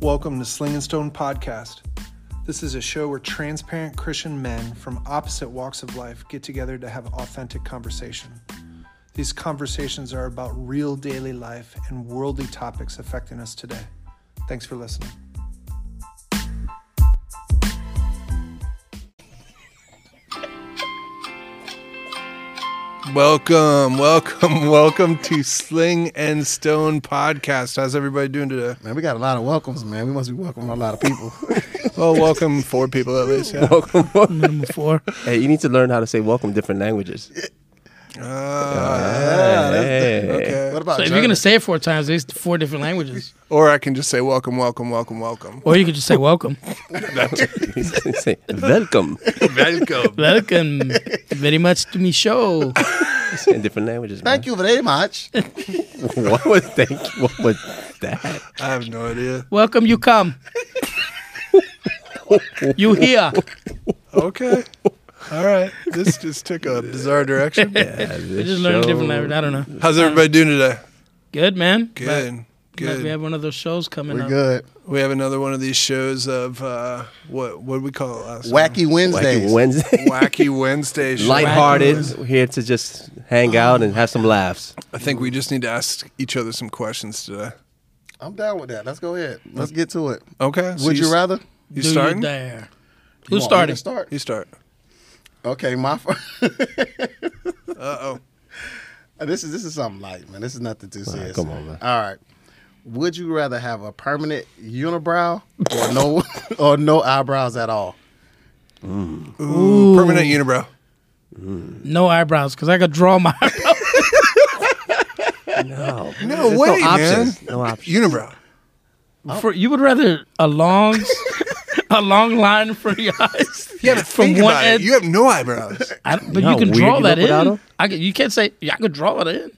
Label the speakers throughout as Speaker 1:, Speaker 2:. Speaker 1: Welcome to Sling and Stone Podcast. This is a show where transparent Christian men from opposite walks of life get together to have authentic conversation. These conversations are about real daily life and worldly topics affecting us today. Thanks for listening. Welcome, welcome, welcome to Sling and Stone Podcast. How's everybody doing today?
Speaker 2: Man, we got a lot of welcomes, man. We must be welcoming a lot of people.
Speaker 1: Well, Oh, welcome four people at least. Yeah.
Speaker 3: Number four.
Speaker 4: Hey, you need to learn how to say welcome different languages.
Speaker 1: Ah,
Speaker 4: Hey.
Speaker 1: okay.
Speaker 2: what about
Speaker 3: So if
Speaker 2: German?
Speaker 3: you're gonna say it four times, it's four different languages.
Speaker 1: Or I can just say welcome, welcome, welcome, welcome.
Speaker 3: Or you could just say welcome.
Speaker 4: Say, welcome
Speaker 1: Welcome.
Speaker 3: Welcome very much to me show.
Speaker 4: in different languages.
Speaker 2: Thank you very much.
Speaker 4: you. What was thank you? What was that?
Speaker 1: I have no idea.
Speaker 3: Welcome you come. You here.
Speaker 1: Okay. All right. This just took a bizarre direction.
Speaker 3: I just learned a different language. I don't know.
Speaker 1: How's everybody doing today?
Speaker 3: Good man. Glad-
Speaker 1: Good.
Speaker 3: glad We
Speaker 1: Good.
Speaker 3: have one of those shows coming
Speaker 2: We're
Speaker 3: up.
Speaker 2: good.
Speaker 1: We have another one of these shows of uh, what what do we call it last one?
Speaker 2: Wacky Wednesdays.
Speaker 4: Wacky Wednesday.
Speaker 1: Wacky Wednesday show.
Speaker 4: Lighthearted. We're here to just hang out and have some laughs.
Speaker 1: I think we just need to ask each other some questions today.
Speaker 2: I'm down with that. Let's go ahead. Let's get to it.
Speaker 1: Okay. so
Speaker 2: Would you
Speaker 1: s-
Speaker 2: rather?
Speaker 1: You
Speaker 3: Do
Speaker 1: starting?
Speaker 3: You dare. Who
Speaker 2: You want me to
Speaker 3: started?
Speaker 2: Start.
Speaker 1: You start.
Speaker 2: Okay, my. fir-
Speaker 1: Uh oh.
Speaker 2: Uh, this is this is something light, man. This is nothing too serious.
Speaker 4: come on, man.
Speaker 2: All right. Would you rather have a permanent unibrow or no or no eyebrows at all?
Speaker 1: Ooh, Permanent unibrow.
Speaker 3: No eyebrows, because I could draw my eyebrows.
Speaker 4: No.
Speaker 1: No
Speaker 4: There's
Speaker 1: way,
Speaker 4: no options.
Speaker 1: man.
Speaker 4: No options.
Speaker 1: Unibrow.
Speaker 3: Oh. For, you would rather a long a long line in front of your eyes.
Speaker 1: Yeah, but
Speaker 3: From
Speaker 1: think
Speaker 3: one
Speaker 1: about it.
Speaker 3: end-
Speaker 1: You have no eyebrows.
Speaker 3: I don't- but
Speaker 4: You know
Speaker 3: you can
Speaker 4: how weird
Speaker 3: draw
Speaker 4: you
Speaker 3: that
Speaker 4: look without
Speaker 3: in.
Speaker 4: 'em?
Speaker 3: I could, you can't say yeah, I could draw it in.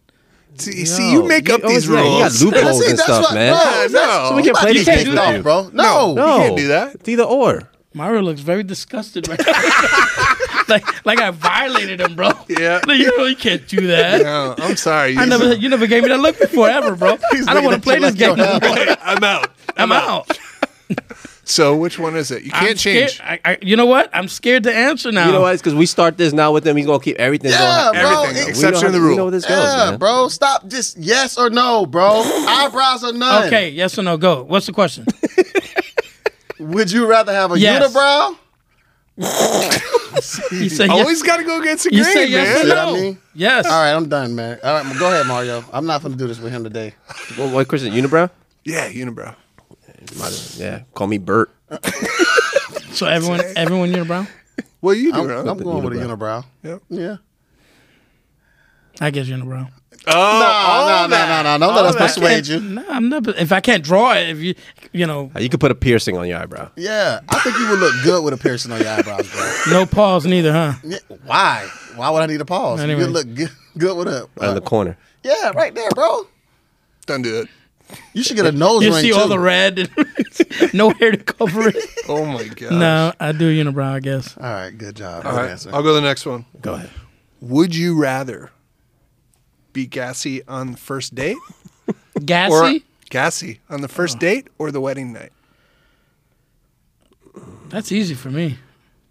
Speaker 1: See, see you make up
Speaker 4: You
Speaker 1: these
Speaker 4: always- yeah,
Speaker 1: rules.
Speaker 4: You got loopholes
Speaker 2: See,
Speaker 4: and
Speaker 2: that's
Speaker 4: stuff,
Speaker 2: what-
Speaker 4: man.
Speaker 2: No,
Speaker 1: no.
Speaker 2: no.
Speaker 4: So we can play these games with
Speaker 2: off,
Speaker 4: you.
Speaker 2: bro. No.
Speaker 4: No,
Speaker 1: can't do that.
Speaker 4: It's either or.
Speaker 3: Myra looks very disgusted right now. like like I violated him, bro.
Speaker 1: Yeah.
Speaker 3: Like, you know you can't do that.
Speaker 1: No, I'm sorry. You
Speaker 3: I never you never gave me that look before ever, bro. I don't
Speaker 2: looking
Speaker 3: want to
Speaker 2: at
Speaker 3: play
Speaker 2: you
Speaker 3: this
Speaker 2: like you're
Speaker 3: game. no
Speaker 2: out.
Speaker 3: more.
Speaker 1: I'm out.
Speaker 3: I'm out.
Speaker 1: So which one is it? You
Speaker 3: I'm
Speaker 1: can't change.
Speaker 3: scared- I, I, you know what? I'm scared to answer now.
Speaker 4: You know what? It's because we start this now with them. We're going to keep everything
Speaker 2: Yeah,
Speaker 4: going.
Speaker 2: bro.
Speaker 1: Everything.
Speaker 2: it-
Speaker 4: We know
Speaker 1: e- Exception
Speaker 4: how-
Speaker 1: to the
Speaker 4: We know
Speaker 1: rule.
Speaker 4: where this goes,
Speaker 2: Yeah,
Speaker 4: man.
Speaker 2: bro. Stop. Just yes or no, bro. Eyebrows or none.
Speaker 3: Okay, yes or no? Go. What's the question?
Speaker 2: Would you rather have a
Speaker 3: Yes.
Speaker 2: unibrow?
Speaker 3: You say
Speaker 1: Always
Speaker 3: yes.
Speaker 1: got to go against the
Speaker 3: You
Speaker 1: grain,
Speaker 3: say
Speaker 1: man.
Speaker 3: yes or
Speaker 2: See what I
Speaker 3: no?
Speaker 2: mean?
Speaker 3: Yes.
Speaker 2: All right, I'm done, man. All right, go ahead, Mario. I'm not gonna do this with him today.
Speaker 4: What, what question? Unibrow?
Speaker 1: Yeah, unibrow.
Speaker 4: Might as well- Yeah. Call me Bert.
Speaker 3: So everyone, everyone, you're brown.
Speaker 1: Well, you do,
Speaker 2: I'm,
Speaker 1: right?
Speaker 2: I'm going with a unibrow.
Speaker 1: Yep.
Speaker 2: Yeah.
Speaker 3: I guess you're brown.
Speaker 1: Oh,
Speaker 3: Oh,
Speaker 2: No, no, no, no, no. Don't let us persuade you.
Speaker 3: No, I'm not. If I can't draw it, if you, you know,
Speaker 4: Uh, You could put a piercing on your eyebrow.
Speaker 2: Yeah, I think you would look good with a piercing on your eyebrows, bro.
Speaker 3: no pause neither, huh?
Speaker 2: Yeah, Why? Why would I need a pause?
Speaker 3: Anyway.
Speaker 2: You look good, good with a. uh,
Speaker 4: Right in the corner.
Speaker 2: yeah, right there, bro.
Speaker 1: Don't do it.
Speaker 2: You should get a nose
Speaker 3: You
Speaker 2: ring
Speaker 3: see
Speaker 2: too.
Speaker 3: all the red and no hair to cover it.
Speaker 1: Oh my god.
Speaker 3: No, I do unibrow, I guess.
Speaker 2: all right, good job.
Speaker 1: All
Speaker 2: Good
Speaker 1: right,
Speaker 2: answer.
Speaker 1: I'll go to the next one.
Speaker 4: Go ahead.
Speaker 1: Would you rather be gassy on the first date
Speaker 3: Gassy?
Speaker 1: or gassy on the first date or the wedding night?
Speaker 3: That's easy for me.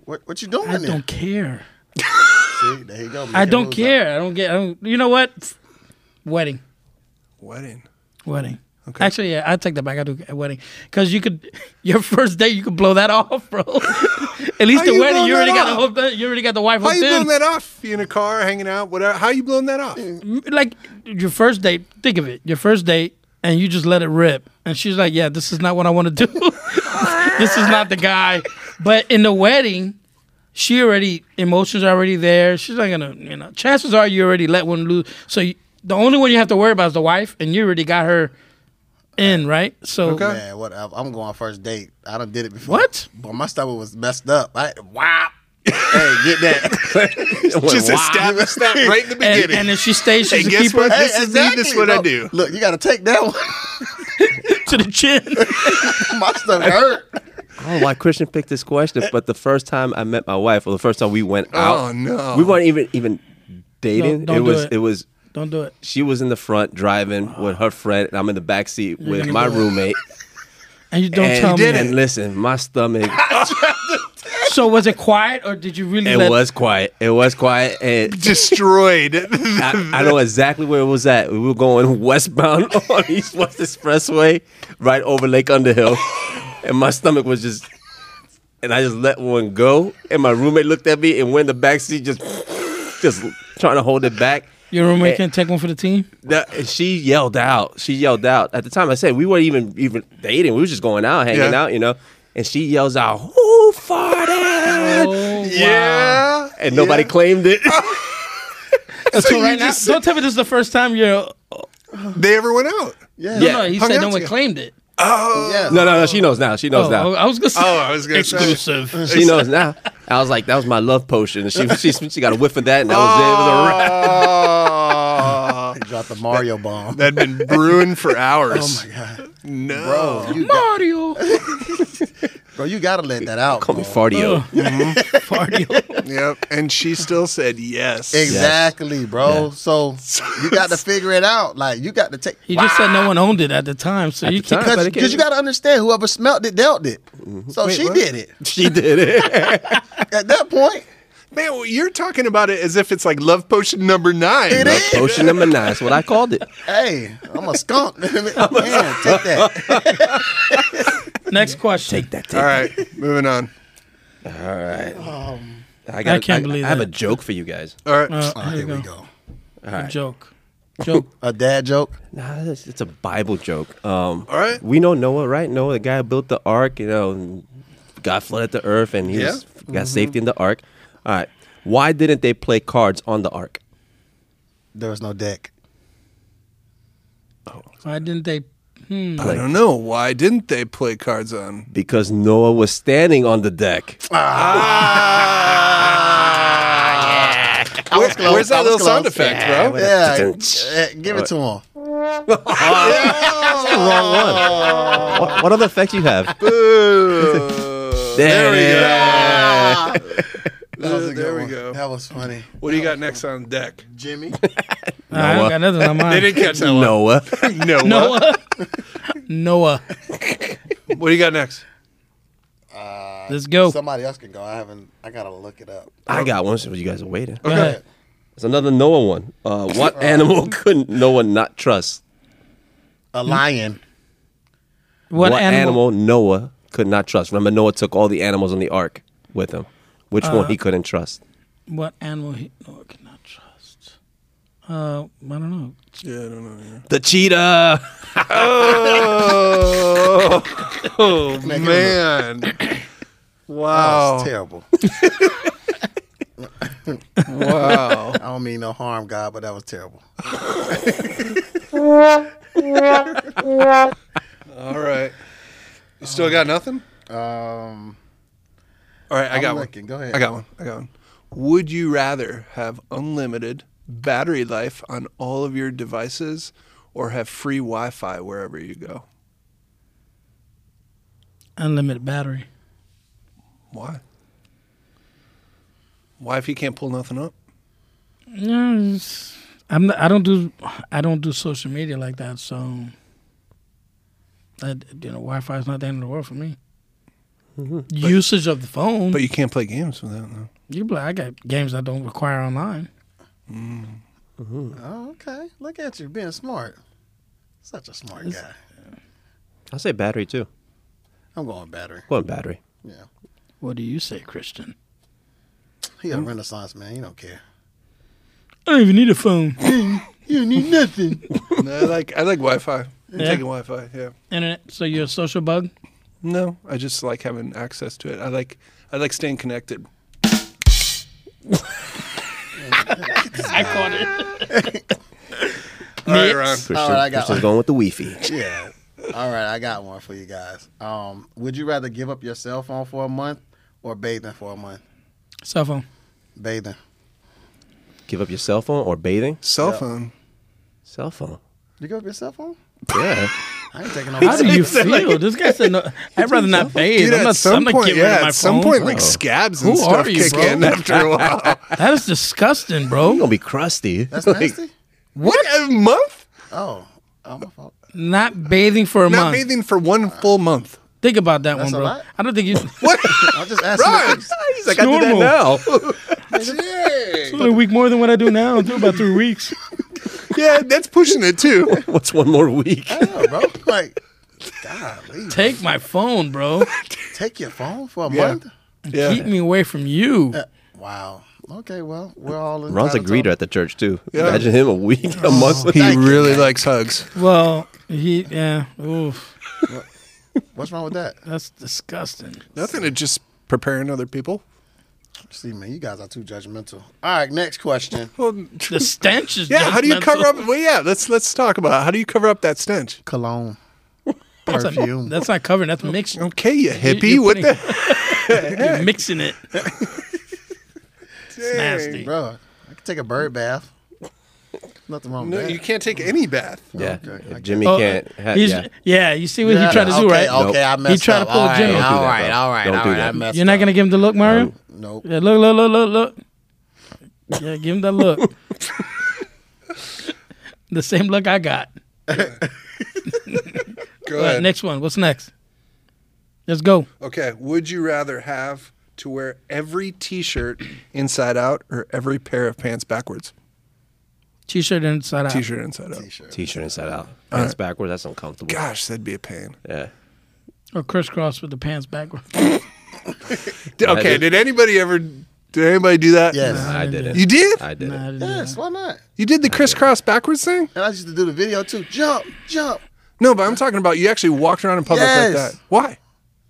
Speaker 2: What, what you doing
Speaker 3: I
Speaker 2: in there?
Speaker 3: don't care.
Speaker 2: See, there you go.
Speaker 3: I
Speaker 2: making
Speaker 3: don't
Speaker 1: uh,
Speaker 2: moves
Speaker 3: care. I don't get. I don't, you know what? Wedding,
Speaker 1: Wedding.
Speaker 3: wedding.
Speaker 1: Okay.
Speaker 3: Actually, yeah, I take that back. I do a wedding because you could your first date you could blow that off, bro. At least
Speaker 1: How
Speaker 3: the
Speaker 1: you
Speaker 3: wedding
Speaker 1: blowing
Speaker 3: you already
Speaker 1: that
Speaker 3: got the
Speaker 1: off?
Speaker 3: whole thing- you already got the wife
Speaker 1: How
Speaker 3: hooked
Speaker 1: you blowing
Speaker 3: in.
Speaker 1: that off? You in a car, hanging out, whatever. How you blowing that off?
Speaker 3: Like your first date, think of it. Your first date and you just let it rip, and she's like, "Yeah, this is not what I want to do. this is not the guy." But in the wedding. she already emotions are already there. She's not gonna, you know. Chances are you already let one lose. So you, the only one you have to worry about is the wife, and you already got her in, right? So
Speaker 1: Okay.
Speaker 2: up. Man, whatever. I'm going first date. I done did it before.
Speaker 3: what?
Speaker 2: But my stomach was messed up. I wow. hey, get that.
Speaker 1: Just
Speaker 4: Wow.
Speaker 1: establish that right in the
Speaker 3: And,
Speaker 1: beginning.
Speaker 3: and if she stays, she's
Speaker 1: Hey,
Speaker 3: a
Speaker 1: guess
Speaker 3: keeper
Speaker 1: what?
Speaker 2: Hey,
Speaker 1: This is me, this is what I
Speaker 2: No,
Speaker 1: do.
Speaker 2: Look, you got to take that one.
Speaker 3: to the chin.
Speaker 2: my stomach hurt.
Speaker 4: I don't know why Christian picked this question, but the first time I met my wife, or the first time we went out,
Speaker 1: Oh, no.
Speaker 4: we weren't even even dating.
Speaker 3: Don't- don't
Speaker 4: it
Speaker 3: do
Speaker 4: was
Speaker 3: it.
Speaker 4: it was
Speaker 3: Don't do it.
Speaker 4: she was in the front driving with her friend, and I'm in the back seat with my roommate.
Speaker 3: And you don't
Speaker 4: and,
Speaker 3: tell me.
Speaker 4: and listen, my stomach.
Speaker 3: So was it quiet or did you really
Speaker 4: It
Speaker 3: let
Speaker 4: was quiet. It was quiet. And
Speaker 5: Destroyed.
Speaker 4: I, I know exactly where it was at. We were going westbound on East West Expressway, right over Lake Underhill, and my stomach was just, and I just let one go. And my roommate looked at me, and we're in the back seat, just, just trying to hold it back.
Speaker 3: your roommate
Speaker 4: Eh.
Speaker 3: can take one for the team?
Speaker 4: That- and she yelled out. She yelled out. At the time, I said we weren't even even dating. We were just going out, hanging
Speaker 5: Yeah.
Speaker 4: out, you know. And she yells out, "Who farted?"
Speaker 3: Oh, Wow.
Speaker 5: yeah.
Speaker 4: And nobody claimed it.
Speaker 3: So
Speaker 5: you
Speaker 3: right now,
Speaker 5: just-
Speaker 3: don't tell me this is the first time you're. oh,
Speaker 5: They ever went out.
Speaker 2: Yeah.
Speaker 3: No, no, he
Speaker 5: Hung
Speaker 3: said
Speaker 5: out
Speaker 3: no one
Speaker 5: together.
Speaker 3: claimed it.
Speaker 2: yeah.
Speaker 4: No, no, no. She knows now. She knows
Speaker 3: Oh,
Speaker 4: now.
Speaker 3: I was gonna say
Speaker 5: Oh, I was gonna say.
Speaker 3: exclusive.
Speaker 4: She knows now. I was like, that was my love potion. And she she, she got a whiff of that, and that was it. It was a wrap.
Speaker 5: Oh,
Speaker 2: Drop Uh, the Mario bomb.
Speaker 5: that'd been brewing for hours. Oh my god. No.
Speaker 2: bro, Oh, you got,
Speaker 3: Mario,
Speaker 2: bro, you gotta let that out.
Speaker 4: Call me
Speaker 2: bro.
Speaker 4: Fartio.
Speaker 3: Mario.
Speaker 5: Yep. And she still said yes.
Speaker 2: Exactly, bro. So you got to figure it out. Like you got to take
Speaker 3: He just said no one owned it at the time, so you
Speaker 4: the
Speaker 3: can't.
Speaker 4: time.
Speaker 2: because
Speaker 4: But it
Speaker 2: you got to understand whoever smelt it dealt it. So she did it
Speaker 4: she did it.
Speaker 2: at that point.
Speaker 5: Man, well, you're talking about it as if it's like love potion number nine.
Speaker 2: It
Speaker 4: Love
Speaker 2: is.
Speaker 4: potion number nine. That's what I called it.
Speaker 2: Hey, I'm a skunk. Man, take that.
Speaker 3: Next question. Take that.
Speaker 5: All right, moving on.
Speaker 4: gotta-
Speaker 3: can't believe
Speaker 4: I have
Speaker 3: that.
Speaker 4: a joke for you guys.
Speaker 5: All right.
Speaker 3: Uh, here
Speaker 2: Oh, Here
Speaker 3: we
Speaker 2: we
Speaker 3: go.
Speaker 2: go.
Speaker 3: A Joke. Joke.
Speaker 2: A dad joke.
Speaker 4: Nah, it's, it's a Bible joke. Um,
Speaker 5: All right.
Speaker 4: We know Noah, right? Noah, the guy who built the ark. You know, and God flooded the earth, and he
Speaker 5: Yeah.
Speaker 4: was, got safety in the ark. All right. Why didn't they play cards on the ark?
Speaker 2: There was no deck.
Speaker 3: Why didn't they?
Speaker 5: I don't know why didn't they play cards on?
Speaker 4: Because Noah was standing on the deck.
Speaker 2: I was close.
Speaker 5: Where's
Speaker 2: I
Speaker 5: that
Speaker 2: was
Speaker 5: little sound
Speaker 2: close.
Speaker 5: effect, bro?
Speaker 2: Yeah, eh, give it to him.
Speaker 4: That's the wrong one. What, what other effect you have?
Speaker 5: Boo.
Speaker 4: There
Speaker 5: we
Speaker 4: it
Speaker 2: That was a good
Speaker 5: there we
Speaker 2: one.
Speaker 5: go.
Speaker 2: That was funny,
Speaker 5: What do you got next on deck?
Speaker 2: Jimmy.
Speaker 3: I
Speaker 4: Noah.
Speaker 3: don't got nothing on
Speaker 5: They
Speaker 3: mine.
Speaker 5: didn't catch that one.
Speaker 4: Noah.
Speaker 5: No. Noah.
Speaker 3: Noah. Noah.
Speaker 5: What do you got next?
Speaker 3: Let's
Speaker 5: Oh.
Speaker 3: go.
Speaker 2: Somebody else can go. I haven't. I gotta look it up.
Speaker 4: I got one. So you guys are waiting.
Speaker 3: Go ahead.
Speaker 4: It's another Noah one. Uh, what animal could Noah not trust?
Speaker 5: Mm-hmm.
Speaker 2: A lion.
Speaker 3: What, animal?
Speaker 4: Noah could not trust? Remember, Noah took all the animals on the ark with him. Which one he couldn't trust?
Speaker 3: What animal? He, Noah cannot trust. Uh, I don't know.
Speaker 5: Yeah, I don't know.
Speaker 4: The cheetah.
Speaker 5: Oh man.
Speaker 2: That was
Speaker 5: Wow.
Speaker 2: terrible. Oh,
Speaker 5: Wow.
Speaker 2: I don't mean no harm, God, but that was terrible.
Speaker 5: All right. You still got nothing?
Speaker 2: Um,
Speaker 5: All right, I
Speaker 2: I'm
Speaker 5: got
Speaker 2: looking.
Speaker 5: one.
Speaker 2: Go ahead.
Speaker 5: I got one. I got one. Would you rather have unlimited battery life on all of your devices or have free Wi-Fi wherever you go?
Speaker 3: Unlimited battery.
Speaker 5: Why? Why if you can't pull nothing up?
Speaker 3: Yeah, it's- I'm. Not, I don't do. I don't do social media like that. So, that you know, Wi-Fi is not the end of the world for me. Mm-hmm. Usage of the phone.
Speaker 5: But you can't play games without them.
Speaker 3: you be like, I got games that don't require online.
Speaker 2: oh, okay. Look at you being smart. Such a smart guy.
Speaker 4: I'll say battery too.
Speaker 2: I'm going battery.
Speaker 4: Go on, battery.
Speaker 2: Yeah.
Speaker 3: What do you say, Christian?
Speaker 2: He
Speaker 5: Mm-hmm.
Speaker 2: a renaissance man. He don't care.
Speaker 3: I don't even need a phone.
Speaker 2: You need nothing.
Speaker 5: no, I like I like Wi-Fi. I'm
Speaker 3: Yeah?
Speaker 5: taking Wi-Fi. Yeah.
Speaker 3: Internet. So you're a social bug.
Speaker 5: No, I just like having access to it. I like I like staying connected.
Speaker 3: I caught it.
Speaker 5: All right, Ron.
Speaker 4: Christian,
Speaker 2: right, I got
Speaker 4: Christian's
Speaker 2: one.
Speaker 4: going with the Wi-Fi.
Speaker 2: yeah. All right, I got one for you guys. Um, would you rather give up your cell phone for a month or bathing for a month?
Speaker 3: Cell phone.
Speaker 2: Bathing.
Speaker 4: Give up your cell phone or bathing?
Speaker 5: Cell
Speaker 2: Yeah.
Speaker 5: phone.
Speaker 4: Cell phone.
Speaker 2: You give up your cell phone?
Speaker 4: Yeah.
Speaker 2: I ain't taking no.
Speaker 3: How do you feel? This guy said, no, "I'd rather not bathe."
Speaker 5: Dude,
Speaker 3: I'm
Speaker 5: at
Speaker 3: not, I'm
Speaker 5: some
Speaker 3: not
Speaker 5: point,
Speaker 3: getting rid
Speaker 5: yeah,
Speaker 3: of my
Speaker 5: at some
Speaker 3: phone.
Speaker 5: point, like scabs and
Speaker 3: Who
Speaker 5: stuff
Speaker 3: are you,
Speaker 5: kick
Speaker 3: bro?
Speaker 5: in after a while.
Speaker 3: that is disgusting,
Speaker 4: You're
Speaker 3: bro.
Speaker 4: gonna be crusty.
Speaker 2: That's
Speaker 4: Like,
Speaker 2: nasty.
Speaker 5: what a month?
Speaker 2: Oh, oh my fault.
Speaker 3: Not bathing for a
Speaker 5: Not
Speaker 3: month.
Speaker 5: bathing for one full month.
Speaker 3: Think about that
Speaker 2: That's
Speaker 3: one,
Speaker 2: a
Speaker 3: bro.
Speaker 2: lot?
Speaker 3: I don't think you.
Speaker 4: What?
Speaker 2: I'm just asking.
Speaker 4: He's like, I do that now.
Speaker 2: Yeah.
Speaker 3: a week more than what I do now. Do about three weeks.
Speaker 5: Yeah, that's pushing it too.
Speaker 4: What's one more week?
Speaker 2: Yeah, bro. Like, golly,
Speaker 3: Take my phone, bro.
Speaker 2: take your phone for a
Speaker 5: Yeah.
Speaker 2: month.
Speaker 5: Yeah.
Speaker 3: Keep me away from you.
Speaker 2: Wow. Okay. Well, we're all. in.
Speaker 4: Ron's a greeter at the church too.
Speaker 5: Yeah.
Speaker 4: Imagine him a week, a month.
Speaker 5: He really likes hugs.
Speaker 3: Well, he yeah. Oof,
Speaker 2: What's wrong with that?
Speaker 3: that's disgusting.
Speaker 5: Nothing to just preparing other people.
Speaker 2: See, man, you guys are too judgmental. All right, next question.
Speaker 5: Well,
Speaker 3: The stench is.
Speaker 5: yeah. How do you
Speaker 3: judgmental.
Speaker 5: cover up? Well, yeah. Let's let's talk about it. how do you cover up that stench.
Speaker 2: Cologne.
Speaker 3: That's, not-
Speaker 2: Perfume.
Speaker 3: that's not covering. That's mixing.
Speaker 5: Okay, you hippie.
Speaker 3: you're
Speaker 5: what the?
Speaker 3: You're mixing it. It's nasty.
Speaker 2: Bro, I can take a bird bath. Nothing wrong with
Speaker 5: No,
Speaker 2: that.
Speaker 5: you can't take any bath.
Speaker 4: Yeah,
Speaker 2: Okay, I
Speaker 4: If Jimmy
Speaker 3: Oh,
Speaker 4: can't. Ha-
Speaker 3: he's-
Speaker 4: yeah.
Speaker 3: You see what
Speaker 2: Yeah,
Speaker 3: he tried to do,
Speaker 2: okay,
Speaker 3: right?
Speaker 2: Okay,
Speaker 4: Nope.
Speaker 2: I
Speaker 4: He
Speaker 2: messed
Speaker 3: tried
Speaker 2: up.
Speaker 3: to pull a
Speaker 2: all right,
Speaker 3: Jimmy.
Speaker 2: All
Speaker 4: Don't do that,
Speaker 2: right,
Speaker 4: bro.
Speaker 2: all right,
Speaker 4: Don't
Speaker 2: all
Speaker 4: do
Speaker 2: right. I
Speaker 4: that.
Speaker 2: messed
Speaker 3: You're not
Speaker 2: up.
Speaker 3: gonna give him the look, Mario.
Speaker 2: Nope.
Speaker 3: Yeah, look, look, look, look, look. Yeah, give him that look. the same look I got.
Speaker 5: Go
Speaker 3: All right, next one. What's next? Let's go.
Speaker 5: Okay. Would you rather have to wear every T-shirt inside out or every pair of pants backwards?
Speaker 3: T-shirt inside out.
Speaker 5: T-shirt inside out.
Speaker 4: T-shirt inside out, pants backwards. That's uncomfortable.
Speaker 5: Gosh, that'd be a pain.
Speaker 4: Yeah.
Speaker 3: Or crisscross with the pants backwards.
Speaker 5: D- okay.
Speaker 4: did-
Speaker 5: Did anybody ever? Did anybody do that?
Speaker 2: Yes.
Speaker 4: I didn't.
Speaker 5: You did.
Speaker 4: I didn't.
Speaker 3: Nah, I didn't do
Speaker 2: Yes,
Speaker 3: that.
Speaker 2: why not?
Speaker 5: You did the crisscross backwards thing?
Speaker 2: And I used to do the video too. Jump, jump.
Speaker 5: No, but I'm talking about you actually walked around in public like
Speaker 2: Yes.
Speaker 5: that. Why?
Speaker 2: I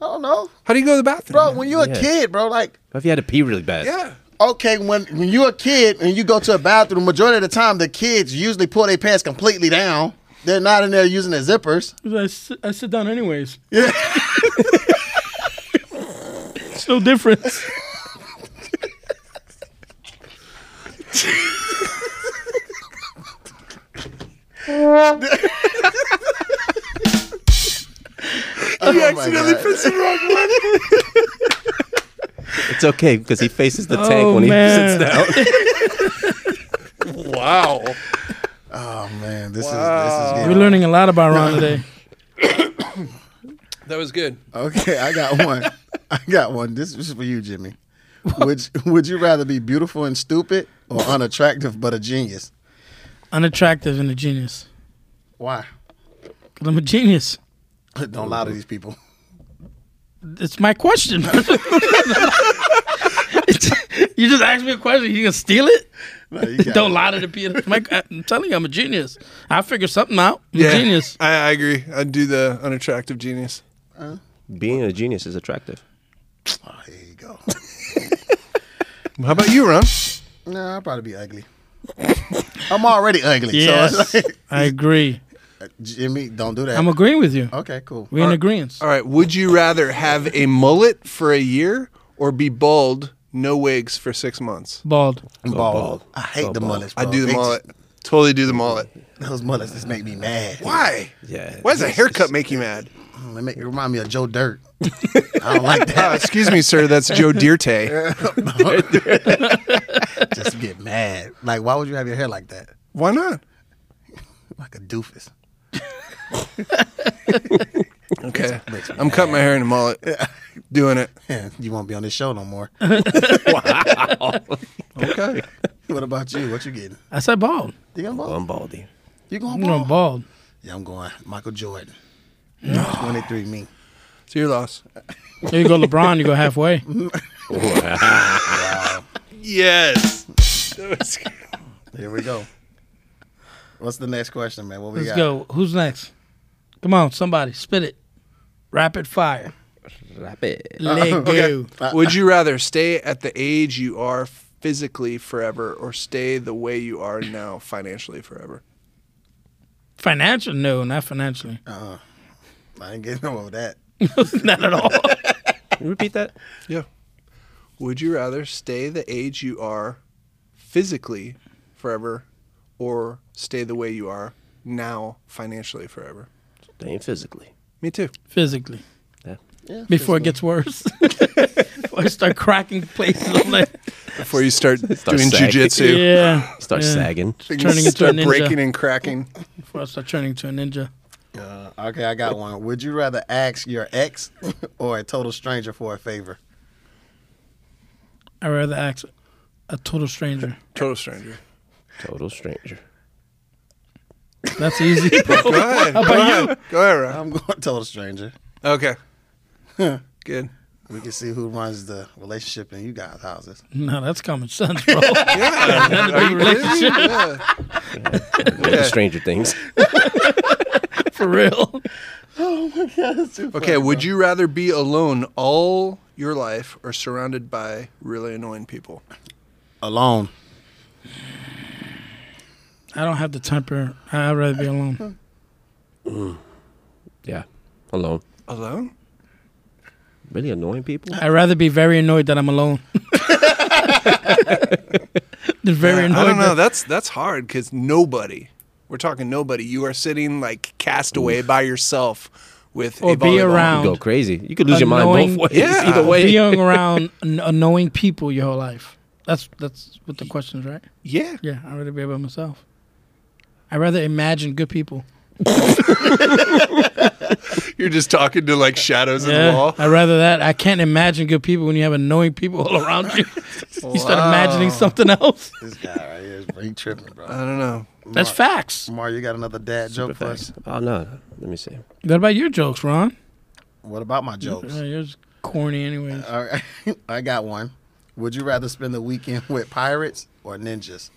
Speaker 2: don't know.
Speaker 5: How do you go to the bathroom?
Speaker 2: Bro, when you're a
Speaker 4: Yeah.
Speaker 2: kid, bro, like,
Speaker 4: What if you had to pee really bad?
Speaker 5: yeah.
Speaker 2: okay, when, when you're a kid and you go to a bathroom, majority of the time, the kids usually pull their pants completely down. They're not in there using their zippers.
Speaker 3: I sit, I sit down anyways. Yeah. it's no difference.
Speaker 2: Oh, my
Speaker 5: accidentally
Speaker 2: God.
Speaker 5: pissed the wrong way.
Speaker 4: It's okay because he faces the
Speaker 3: Oh,
Speaker 4: tank when
Speaker 3: man.
Speaker 4: he sits down.
Speaker 5: Wow.
Speaker 2: Oh, man, this is this is
Speaker 3: We're
Speaker 2: getting
Speaker 3: learning a lot about Ron today.
Speaker 5: That was good.
Speaker 2: Okay, I got one. I got one. This is for you, Jimmy. Would would you rather be beautiful and stupid or unattractive but a genius?
Speaker 3: Unattractive and a genius.
Speaker 2: Why?
Speaker 3: 'Cause I'm a genius.
Speaker 2: Don't lie to these people.
Speaker 3: It's my question. you just asked me a question. You gonna steal it?
Speaker 2: No, you got
Speaker 3: Don't
Speaker 2: it.
Speaker 3: lie to the people. It's my- I'm telling you, I'm a genius. I figure something out. I'm a
Speaker 5: Yeah,
Speaker 3: genius.
Speaker 5: I, I agree. I'd do the unattractive genius.
Speaker 4: Being a genius is attractive.
Speaker 2: Oh, here you go.
Speaker 5: How about you, Ron?
Speaker 2: nah, I'll probably be ugly. I'm already ugly. So
Speaker 3: Yes,
Speaker 2: it's like,
Speaker 3: I agree.
Speaker 2: Jimmy, don't do that.
Speaker 3: I'm agreeing with you.
Speaker 2: okay, cool.
Speaker 3: We're in agreement.
Speaker 5: All right. Would you rather have a mullet for a year or be bald, no wigs for six months?
Speaker 3: Bald.
Speaker 2: Bald.
Speaker 4: bald.
Speaker 2: I hate the mullets.
Speaker 5: I
Speaker 2: bro.
Speaker 5: do the
Speaker 2: They
Speaker 5: mullet. Totally do the mullet.
Speaker 2: Just, those mullets just make me mad.
Speaker 5: Why?
Speaker 4: Yeah.
Speaker 5: Why does a haircut make you mad?
Speaker 2: They make, it remind me of Joe Dirt. I don't like
Speaker 5: Uh,
Speaker 2: that.
Speaker 5: excuse me, sir. That's Joe Dirte.
Speaker 2: just get mad. Like, why would you have your hair like that?
Speaker 5: Why not?
Speaker 2: Like a doofus.
Speaker 5: Okay. I'm cutting my hair in a mullet. Doing it.
Speaker 2: Yeah, you won't be on this show no more.
Speaker 5: Okay.
Speaker 2: what about you? What you getting?
Speaker 3: I said bald.
Speaker 2: You going
Speaker 4: Oh,
Speaker 2: ball?
Speaker 4: I'm baldy.
Speaker 2: You going
Speaker 3: I'm
Speaker 2: ball?
Speaker 3: going bald.
Speaker 2: Yeah, I'm going Michael Jordan. 23 me.
Speaker 5: So you're lost.
Speaker 3: There you go, LeBron. You go halfway.
Speaker 5: Yes.
Speaker 2: Here we go. What's the next question, man? What we
Speaker 3: Let's
Speaker 2: got?
Speaker 3: go. Who's next? Come on, somebody, spit it. Rapid fire. Let go.
Speaker 5: Would you rather stay at the age you are physically forever or stay the way you are now financially forever?
Speaker 3: Financial? No, not financially.
Speaker 5: Oh,
Speaker 2: I ain't getting over that.
Speaker 3: not at all.
Speaker 4: Can you repeat that?
Speaker 5: Yeah. Would you rather stay the age you are physically forever or stay the way you are now financially forever?
Speaker 4: Staying physically.
Speaker 5: Me too.
Speaker 3: Physically.
Speaker 4: Yeah.
Speaker 3: Before it gets worse. Before I start cracking places. I'm like,
Speaker 5: Before you start, doing
Speaker 4: sagging.
Speaker 5: jujitsu,
Speaker 3: yeah.
Speaker 4: Start
Speaker 3: yeah.
Speaker 4: sagging.
Speaker 5: You
Speaker 3: Turning into a
Speaker 5: start
Speaker 3: ninja.
Speaker 5: breaking and cracking.
Speaker 3: Before I start turning into a ninja.
Speaker 2: Uh, okay, I got one. Would you rather ask your ex or a total stranger for a favor?
Speaker 3: I'd rather ask a total stranger.
Speaker 5: Total stranger.
Speaker 4: Total stranger.
Speaker 3: That's easy.
Speaker 5: Go ahead. Go ahead. Go ahead, Ryan.
Speaker 2: I'm going total stranger.
Speaker 5: Okay. Good.
Speaker 2: We can see who runs the relationship in you guys' houses.
Speaker 3: no, that's common sense, bro.
Speaker 5: Yeah. Are you kidding? Yeah.
Speaker 4: The stranger things.
Speaker 3: For real.
Speaker 5: Okay, would you rather be alone all your life or surrounded by really annoying people?
Speaker 2: Alone.
Speaker 3: I don't have the temper. I'd rather be alone.
Speaker 4: Yeah. Alone.
Speaker 5: Alone?
Speaker 4: Really annoying people.
Speaker 3: I'd rather be very annoyed that I'm alone. They're very annoyed.
Speaker 5: I don't know.
Speaker 3: that-
Speaker 5: That's that's hard because nobody. We're talking nobody. You are sitting like cast away by yourself with
Speaker 3: Or
Speaker 5: a
Speaker 3: be
Speaker 5: volleyball.
Speaker 3: around.
Speaker 4: You go crazy. You could lose your mind
Speaker 3: Annoying-
Speaker 4: both ways.
Speaker 5: Yeah.
Speaker 4: Either way.
Speaker 3: Being around an- annoying people your whole life. That's that's what the question is, right?
Speaker 5: Yeah.
Speaker 3: Yeah, I'd rather be by myself. I'd rather imagine good people.
Speaker 5: You're just talking to like shadows in the wall.
Speaker 3: I'd rather that. I can't imagine good people when you have annoying people all around you. you start imagining something else.
Speaker 2: This guy right here is he tripping, bro.
Speaker 5: I don't know.
Speaker 3: That's facts.
Speaker 2: Mar, you got another dad joke for us?
Speaker 4: Oh no. Let me see.
Speaker 3: What about your jokes, Ron?
Speaker 2: What about my jokes?
Speaker 3: Yeah, yours corny anyways.
Speaker 2: All right, I got one. Would you rather spend the weekend with pirates or ninjas?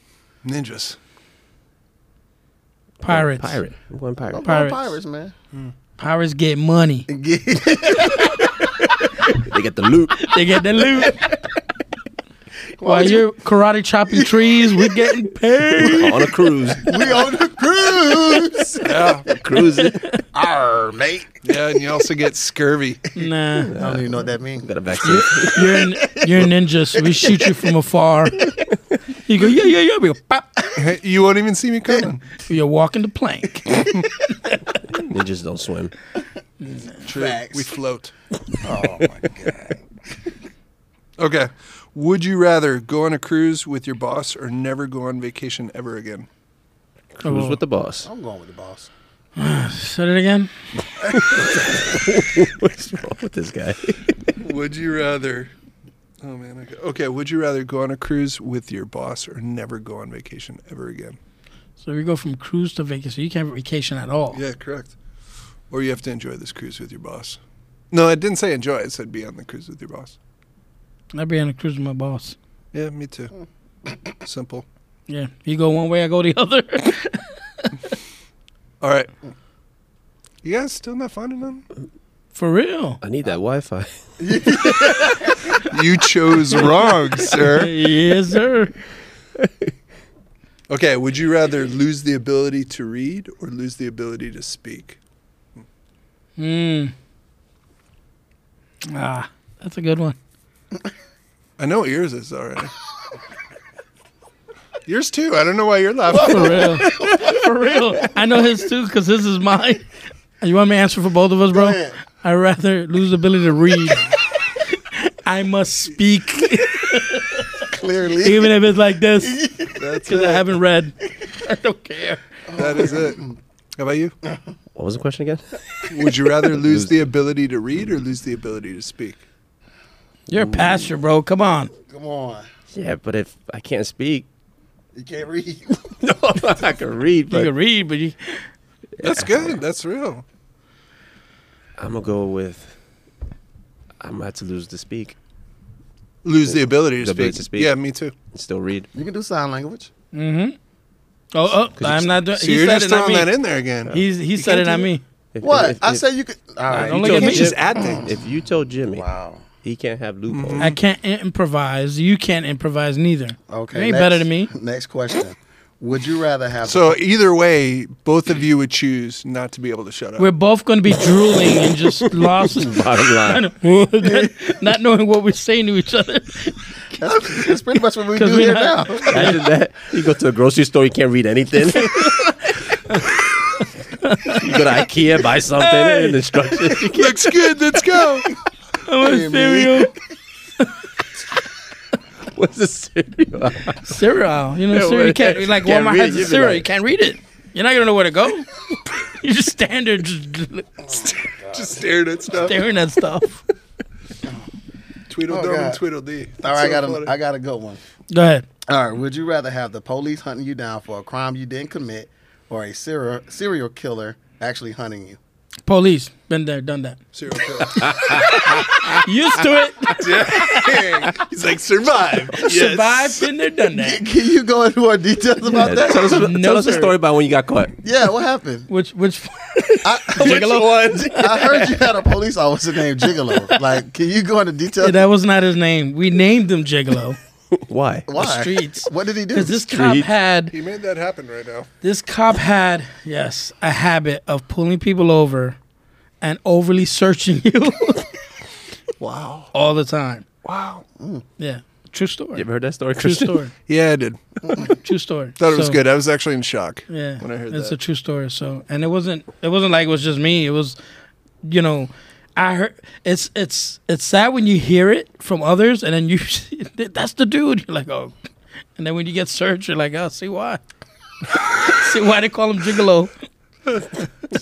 Speaker 5: Ninjas.
Speaker 3: Pirates.
Speaker 4: Pirate. One pirate.
Speaker 3: Pirates.
Speaker 2: Oh, pirates, man.
Speaker 3: Pirates get money.
Speaker 4: They get the loot.
Speaker 3: They get the loot. While you're karate chopping trees, we're getting paid.
Speaker 4: on a cruise.
Speaker 2: we on the cruise.
Speaker 5: Yeah.
Speaker 4: Cruising.
Speaker 2: Arr, mate.
Speaker 5: yeah, and you also get scurvy.
Speaker 3: Nah,
Speaker 2: I don't even know what that means.
Speaker 4: Got a vaccine.
Speaker 3: you're a, you're a ninja, so we shoot you from afar. You go, yeah, yeah, yeah. We go, pop.
Speaker 5: you won't even see me coming.
Speaker 3: You're walking the plank.
Speaker 4: Ninjas don't swim.
Speaker 5: True.
Speaker 2: Facts.
Speaker 5: We float.
Speaker 2: Oh my god.
Speaker 5: Okay. Would you rather go on a cruise with your boss or never go on vacation ever again?
Speaker 4: Cruise with the boss.
Speaker 2: I'm going with the boss.
Speaker 3: Said it again.
Speaker 4: What's wrong with this guy?
Speaker 5: Would you rather? Oh man. Okay. okay. Would you rather go on a cruise with your boss or never go on vacation ever again?
Speaker 3: So we go from cruise to vacation. You can't vacation at all.
Speaker 5: Yeah, correct. Or you have to enjoy this cruise with your boss. No, it didn't say enjoy. It said be on the cruise with your boss.
Speaker 3: I'd be on a cruise with my boss.
Speaker 5: Yeah, me too. Simple.
Speaker 3: Yeah, you go one way, I go the other.
Speaker 5: All right. You guys still not finding them?
Speaker 3: For real.
Speaker 4: I need that Wi-Fi.
Speaker 5: You chose wrong, sir.
Speaker 3: yes, sir.
Speaker 5: Okay, would you rather lose the ability to read or lose the ability to speak?
Speaker 3: Hmm. Ah, that's a good one.
Speaker 5: I know what yours is already. yours too. I don't know why you're laughing.
Speaker 3: For real. For real. I know his too, because his is mine. You want me to answer for both of us, bro?
Speaker 2: ahead.
Speaker 3: I'd rather lose the ability to read. I must speak,
Speaker 2: Clearly.
Speaker 3: even if it's like this,
Speaker 5: That's
Speaker 3: because I
Speaker 5: it.
Speaker 3: haven't read. I don't care.
Speaker 5: That is it. How about you?
Speaker 4: What was the question again?
Speaker 5: Would you rather lose the ability to read or lose the ability to speak?
Speaker 3: You're a pastor, bro. Come on.
Speaker 2: Come on.
Speaker 4: Yeah, but if I can't speak,
Speaker 2: You can't read.
Speaker 4: no, I can read.
Speaker 3: You
Speaker 4: But
Speaker 3: can read, but you.
Speaker 5: That's good. That's real.
Speaker 4: I'm gonna go with. I'm gonna have to lose to speak
Speaker 5: Lose the ability to,
Speaker 4: The
Speaker 5: speak.
Speaker 4: ability to speak.
Speaker 5: Yeah, me too.
Speaker 4: and still read.
Speaker 2: You can do sign language.
Speaker 3: Mm-hmm. Oh, oh I'm not doing.
Speaker 5: So
Speaker 3: he
Speaker 5: you're
Speaker 3: said
Speaker 5: just
Speaker 3: it, not
Speaker 5: throwing
Speaker 3: me.
Speaker 5: that in there again.
Speaker 3: He's he said it,
Speaker 5: can't
Speaker 3: not
Speaker 5: do
Speaker 3: me.
Speaker 4: If,
Speaker 2: What?
Speaker 4: If,
Speaker 2: I
Speaker 4: if,
Speaker 2: said you could. All right.
Speaker 3: don't
Speaker 4: you
Speaker 3: look
Speaker 4: told
Speaker 3: at me.
Speaker 5: He's
Speaker 4: Jim-
Speaker 5: just add things.
Speaker 4: If you told Jimmy
Speaker 2: Wow.
Speaker 4: he can't have loopholes,
Speaker 3: I can't i- improvise. You can't improvise neither.
Speaker 2: Okay.
Speaker 3: You ain't
Speaker 2: next-
Speaker 3: better than me.
Speaker 2: Next question. Would you rather have
Speaker 5: So either way, both of you would choose not to be able to shut up.
Speaker 3: We're both going to be drooling and just lost,
Speaker 4: bottom line,
Speaker 3: not knowing what we're saying to each other.
Speaker 2: that's, that's pretty much what we do
Speaker 3: we
Speaker 2: here
Speaker 3: not-
Speaker 2: now.
Speaker 4: imagine that. You go to a grocery store, you can't read anything. you go to IKEA, buy something, and instructions. You can't.
Speaker 5: Looks good. Let's go.
Speaker 3: I want cereal,
Speaker 4: What's the cereal?
Speaker 3: cereal. You know, cereal. You
Speaker 4: well,
Speaker 3: can't like
Speaker 4: can't
Speaker 3: Walmart
Speaker 4: read it,
Speaker 3: has a
Speaker 4: you'd be
Speaker 3: cereal.
Speaker 4: like-
Speaker 3: You can't read it. You're not going to know where to go. you just stand there just
Speaker 5: Just staring at stuff.
Speaker 3: staring at stuff.
Speaker 5: Tweedledum
Speaker 2: Oh, God.
Speaker 5: and Tweedledee.
Speaker 2: All right, I got
Speaker 5: him.
Speaker 2: a, I got a good one.
Speaker 3: Go ahead.
Speaker 2: All right, would you rather have the police hunting you down for a crime you didn't commit, or a serial serial killer actually hunting you?
Speaker 3: Police. Been there, done that.
Speaker 5: Serial killer.
Speaker 3: Used to it.
Speaker 5: Dang. He's like survive. Yes.
Speaker 3: Survived, been there, done that.
Speaker 2: Can you go into more details about
Speaker 4: Yeah,
Speaker 2: that?
Speaker 4: tell us, a- tell
Speaker 3: No,
Speaker 4: us a
Speaker 3: sir.
Speaker 4: story about when you got caught.
Speaker 2: Yeah, what happened?
Speaker 3: Which which
Speaker 4: Which one?
Speaker 2: I heard you had a police officer named Gigolo. Like, can you go into detail?
Speaker 3: that was not his name. We named him Gigolo.
Speaker 4: Why?
Speaker 2: Why?
Speaker 3: streets.
Speaker 2: What did he do?
Speaker 3: Because this cop
Speaker 4: Street.
Speaker 3: had
Speaker 5: He made that happen right now.
Speaker 3: this cop had yes a habit of pulling people over and overly searching you
Speaker 5: Wow.
Speaker 3: all the time
Speaker 5: Wow. Mm.
Speaker 3: yeah true story
Speaker 4: You ever heard that story,
Speaker 3: true
Speaker 4: Christian?
Speaker 3: story
Speaker 5: Yeah, I did.
Speaker 3: true story
Speaker 5: Thought it was
Speaker 3: So,
Speaker 5: good. I was actually in shock.
Speaker 3: yeah
Speaker 5: When I heard
Speaker 3: it's
Speaker 5: that.
Speaker 3: a true story so and it wasn't it wasn't like it was just me it was you know i heard it's it's it's sad when you hear it from others and then you that's the dude you're like oh and then when you get searched you're like oh see why see why they call him gigolo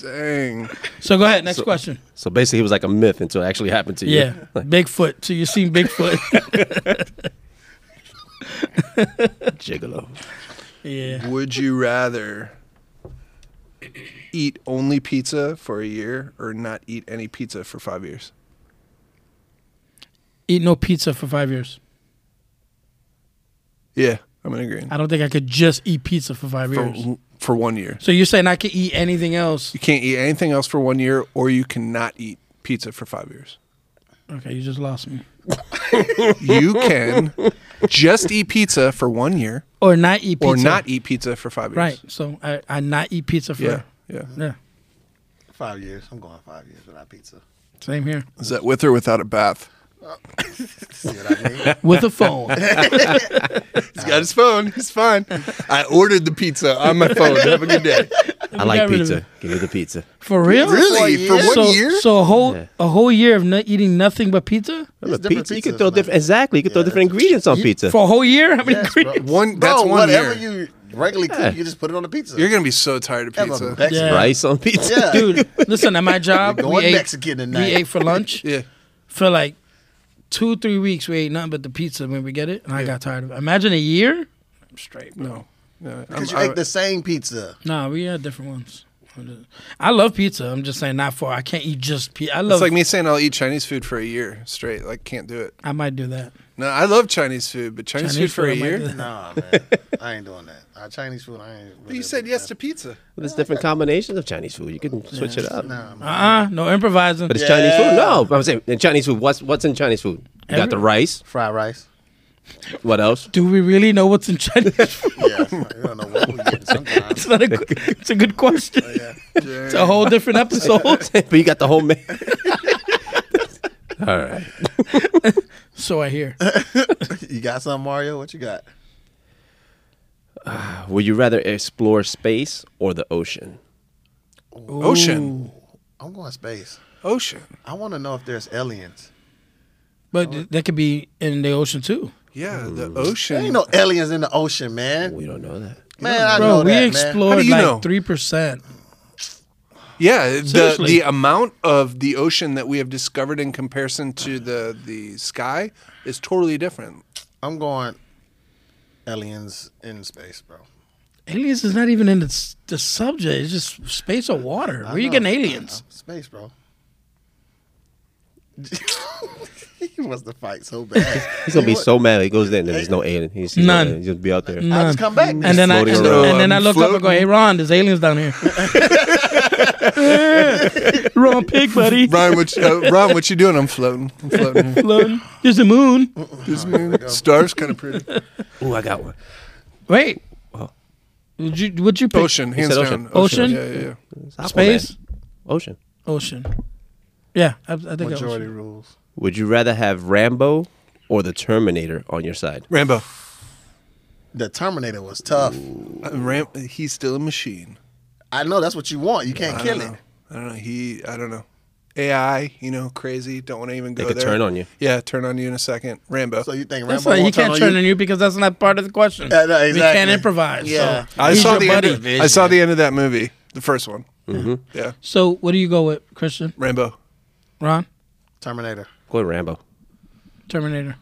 Speaker 5: Dang.
Speaker 3: so go ahead next question
Speaker 4: So basically, he was like a myth until it actually happened to you.
Speaker 3: Yeah, Bigfoot. So you seen Bigfoot?
Speaker 4: Gigolo.
Speaker 3: yeah.
Speaker 5: Would you rather eat only pizza for a year or not eat any pizza for five years?
Speaker 3: Eat no pizza for five years.
Speaker 5: Yeah, I'm gonna agree.
Speaker 3: I don't think I could just eat pizza for five years.
Speaker 5: For, for one year.
Speaker 3: So you're saying I could eat anything else?
Speaker 5: You can't eat anything else for one year, or you cannot eat pizza for five years.
Speaker 3: Okay, you just lost me.
Speaker 5: You can just eat pizza for one year,
Speaker 3: Or not eat pizza.
Speaker 5: or not eat pizza for five years.
Speaker 3: Right. So I, I not eat pizza for.
Speaker 5: Yeah.
Speaker 3: Yeah.
Speaker 5: Yeah.
Speaker 2: five years. I'm going five years without pizza.
Speaker 3: Same here.
Speaker 5: Is that with or without a bath?
Speaker 2: See what I mean?
Speaker 3: With a phone.
Speaker 5: He's got his phone. He's fine. I ordered the pizza on my phone. Have a good day.
Speaker 4: I
Speaker 3: got
Speaker 4: like
Speaker 3: rid of
Speaker 4: pizza.
Speaker 3: it.
Speaker 4: Give me the pizza.
Speaker 3: For real?
Speaker 5: Really? For one
Speaker 3: so,
Speaker 5: year?
Speaker 3: So a whole
Speaker 4: Yeah.
Speaker 3: a whole year of not eating nothing but pizza
Speaker 2: different
Speaker 4: Remember, pizza. You could
Speaker 2: pizzas,
Speaker 4: throw
Speaker 2: man.
Speaker 4: different. Exactly. You could throw
Speaker 2: Yeah,
Speaker 4: different ingredients on pizza.
Speaker 3: for a whole year. How many
Speaker 2: Yes, bro.
Speaker 3: ingredients?
Speaker 5: One.
Speaker 2: Bro,
Speaker 5: That's one
Speaker 2: whatever
Speaker 5: year.
Speaker 2: you regularly cook,
Speaker 4: Yeah.
Speaker 2: you just put it on the pizza.
Speaker 5: You're gonna be so tired of
Speaker 2: Have a
Speaker 5: pizza.
Speaker 2: Mexican-
Speaker 3: Yeah.
Speaker 4: Rice on pizza.
Speaker 2: Yeah.
Speaker 3: Dude, listen. At my job,
Speaker 2: Going
Speaker 3: we ate,
Speaker 2: Mexican
Speaker 3: we
Speaker 2: tonight.
Speaker 3: ate for lunch.
Speaker 5: yeah.
Speaker 3: for like two, three weeks, we ate nothing but the pizza when we get it, and I got tired of it. Imagine a year. I'm straight. Bro.
Speaker 5: No. No. I'm-
Speaker 2: Because you
Speaker 5: I-
Speaker 2: ate the same pizza.
Speaker 3: Nah, we had different ones. I love pizza. I'm just saying, not for. I can't eat just pizza. I love.
Speaker 5: It's like me saying I'll eat Chinese food for a year straight. Like can't do it.
Speaker 3: I might do that.
Speaker 5: No, I love Chinese food, but Chinese,
Speaker 3: Chinese
Speaker 5: food for a
Speaker 3: food, I might do
Speaker 5: year.
Speaker 3: that.
Speaker 2: Nah, man. I ain't doing that. Our Chinese food, I ain't.
Speaker 5: But you said yes to pizza.
Speaker 4: There's different combinations of Chinese food. You can switch it up.
Speaker 2: Nah, man.
Speaker 3: Uh uh no improvising.
Speaker 4: But it's Chinese food. No, but I'm saying in Chinese food. What's what's in Chinese food? You got the
Speaker 3: Every-
Speaker 4: rice.
Speaker 2: Fried rice.
Speaker 4: What else?
Speaker 3: Do we really know what's in Chinese? food?
Speaker 2: Yeah. I don't know what we getting sometimes.
Speaker 3: it's, not a, good- it's a good question.
Speaker 5: Oh,
Speaker 3: It's a whole different episode.
Speaker 4: but you got the whole man. All right.
Speaker 3: so I hear.
Speaker 2: You got some, Mario? What you got?
Speaker 4: Would you rather explore space or the ocean?
Speaker 5: Ocean.
Speaker 2: I'm going space.
Speaker 5: Ocean.
Speaker 2: I want to know if there's aliens.
Speaker 3: But
Speaker 5: Oh.
Speaker 3: th- that could be in the ocean too.
Speaker 5: Yeah, the
Speaker 2: There
Speaker 5: ocean.
Speaker 2: ain't no aliens in the ocean, man.
Speaker 4: We don't know that.
Speaker 2: Man, I
Speaker 3: Bro,
Speaker 2: Mm. know
Speaker 3: we
Speaker 2: that, man.
Speaker 5: How
Speaker 3: explored
Speaker 5: do you know?
Speaker 3: like three percent.
Speaker 5: yeah, the,
Speaker 3: Seriously.
Speaker 5: the amount of the ocean that we have discovered in comparison to the, the sky is totally different.
Speaker 2: I'm going aliens in space, bro.
Speaker 3: Aliens is not even in the, s- the subject. It's just space or water. Where
Speaker 2: I
Speaker 3: are you
Speaker 2: know.
Speaker 3: getting aliens?
Speaker 2: I know. Space, bro. he wants to fight so bad.
Speaker 4: He's gonna be so mad. He goes there and there's no alien. He's
Speaker 3: None.
Speaker 4: He's gonna be out there.
Speaker 2: I just come back.
Speaker 3: And then I and,
Speaker 4: floating around.
Speaker 3: and then I
Speaker 5: I'm
Speaker 3: look up and go, "Hey Ron, there's aliens down here." Ron, pig buddy,
Speaker 5: Ryan, what you, uh, Ron, what you doing? I'm floating. I'm floating.
Speaker 3: Floating. there's a moon.
Speaker 5: This moon. Star's kind of pretty.
Speaker 4: Ooh, I got one.
Speaker 3: Wait, would you would you pick
Speaker 5: Ocean, hands
Speaker 4: said
Speaker 5: down.
Speaker 4: ocean.
Speaker 3: Ocean?
Speaker 5: Yeah, yeah, yeah.
Speaker 4: Aquaman.
Speaker 3: space
Speaker 4: Ocean.
Speaker 3: ocean? Yeah, I, I think
Speaker 2: Majority
Speaker 3: majority.
Speaker 2: rules.
Speaker 4: Would you rather have Rambo or the Terminator on your side?
Speaker 5: Rambo.
Speaker 2: The Terminator was tough.
Speaker 5: Uh, Ram, he's still a machine.
Speaker 2: I know that's what you want. You can't
Speaker 5: I
Speaker 2: kill
Speaker 5: don't
Speaker 2: it.
Speaker 5: know. I don't know. He, I don't know. AI, you know, crazy. Don't want to even go
Speaker 4: could
Speaker 5: there.
Speaker 4: turn on you.
Speaker 5: Yeah, turn on you in a second. Rambo.
Speaker 2: So you think
Speaker 3: That's
Speaker 2: Rambo
Speaker 3: why
Speaker 2: won't
Speaker 3: he can't turn on you because that's not part of the question.
Speaker 2: Yeah, no,
Speaker 3: We
Speaker 2: exactly.
Speaker 3: can't improvise.
Speaker 2: Yeah.
Speaker 3: so
Speaker 5: I
Speaker 3: he's
Speaker 5: saw
Speaker 3: your
Speaker 5: the
Speaker 3: buddy.
Speaker 5: end. Of, I saw the end of that movie, the first one. Yeah.
Speaker 3: So what do you go with, Christian?
Speaker 5: Rambo.
Speaker 3: Ron?
Speaker 2: Terminator.
Speaker 4: Go with Rambo.
Speaker 3: Terminator.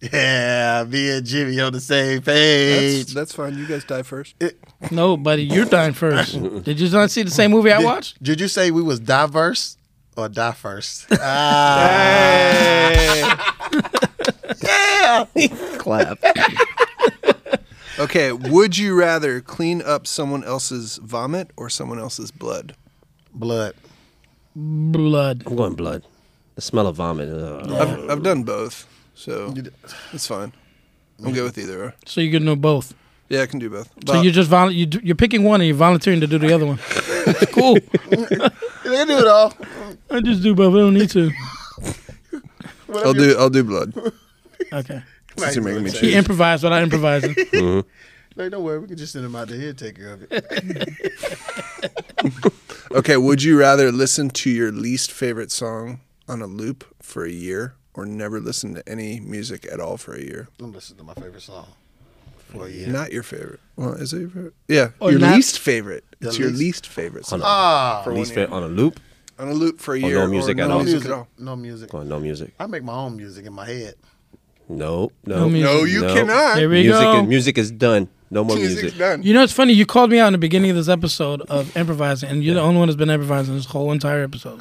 Speaker 2: Yeah, me and Jimmy on the same page.
Speaker 5: That's, that's fine. You guys die first.
Speaker 3: No, buddy, you're dying first. Did you not see the same movie I watched?
Speaker 2: Did you say we was diverse or die first? Ah,
Speaker 4: Clap.
Speaker 5: Okay. Would you rather clean up someone else's vomit or someone else's blood?
Speaker 2: blood.
Speaker 3: Blood.
Speaker 4: I'm going blood. The smell of vomit. uh, ugh.
Speaker 5: I've, I've done both, so it's fine. I'm good with either. or.
Speaker 3: So you can do both.
Speaker 5: Yeah, I can do both.
Speaker 3: So
Speaker 5: But-
Speaker 3: you're just volu- you do, you're picking one and you're volunteering to do the other one. cool.
Speaker 2: They can do it all.
Speaker 3: I just do both. I don't need to.
Speaker 5: I'll do I'll do blood.
Speaker 3: Okay.
Speaker 5: Since you're making me
Speaker 3: He
Speaker 5: choose.
Speaker 3: improvised without improvising.
Speaker 2: Like, don't worry, we can just send him out there. He'll take care of it.
Speaker 5: Okay, would you rather listen to your least favorite song on a loop for a year or never listen to any music at all for a year?
Speaker 2: I'm listening to my favorite song for a year.
Speaker 5: Not your favorite. Well, is it your favorite? Yeah.
Speaker 3: Or
Speaker 5: your
Speaker 3: not-
Speaker 5: least favorite. It's your
Speaker 2: least-
Speaker 5: least favorite song.
Speaker 4: on, a,
Speaker 2: Ah,
Speaker 5: for
Speaker 4: least
Speaker 5: one year.
Speaker 4: fit on a loop.
Speaker 5: On a loop for a year.
Speaker 4: no music
Speaker 5: or
Speaker 4: at
Speaker 5: no
Speaker 4: all.
Speaker 5: music at all.
Speaker 2: No music.
Speaker 4: Going no music.
Speaker 2: I make my own music in my head.
Speaker 4: No, no,
Speaker 3: No music.
Speaker 5: No, you cannot.
Speaker 3: There we
Speaker 4: music,
Speaker 3: go.
Speaker 4: Is, music is done. No more
Speaker 5: Music's
Speaker 4: music.
Speaker 5: done.
Speaker 3: You know, it's funny. You called me out in the beginning of this episode of improvising, and you're the only one that's been improvising this whole entire episode.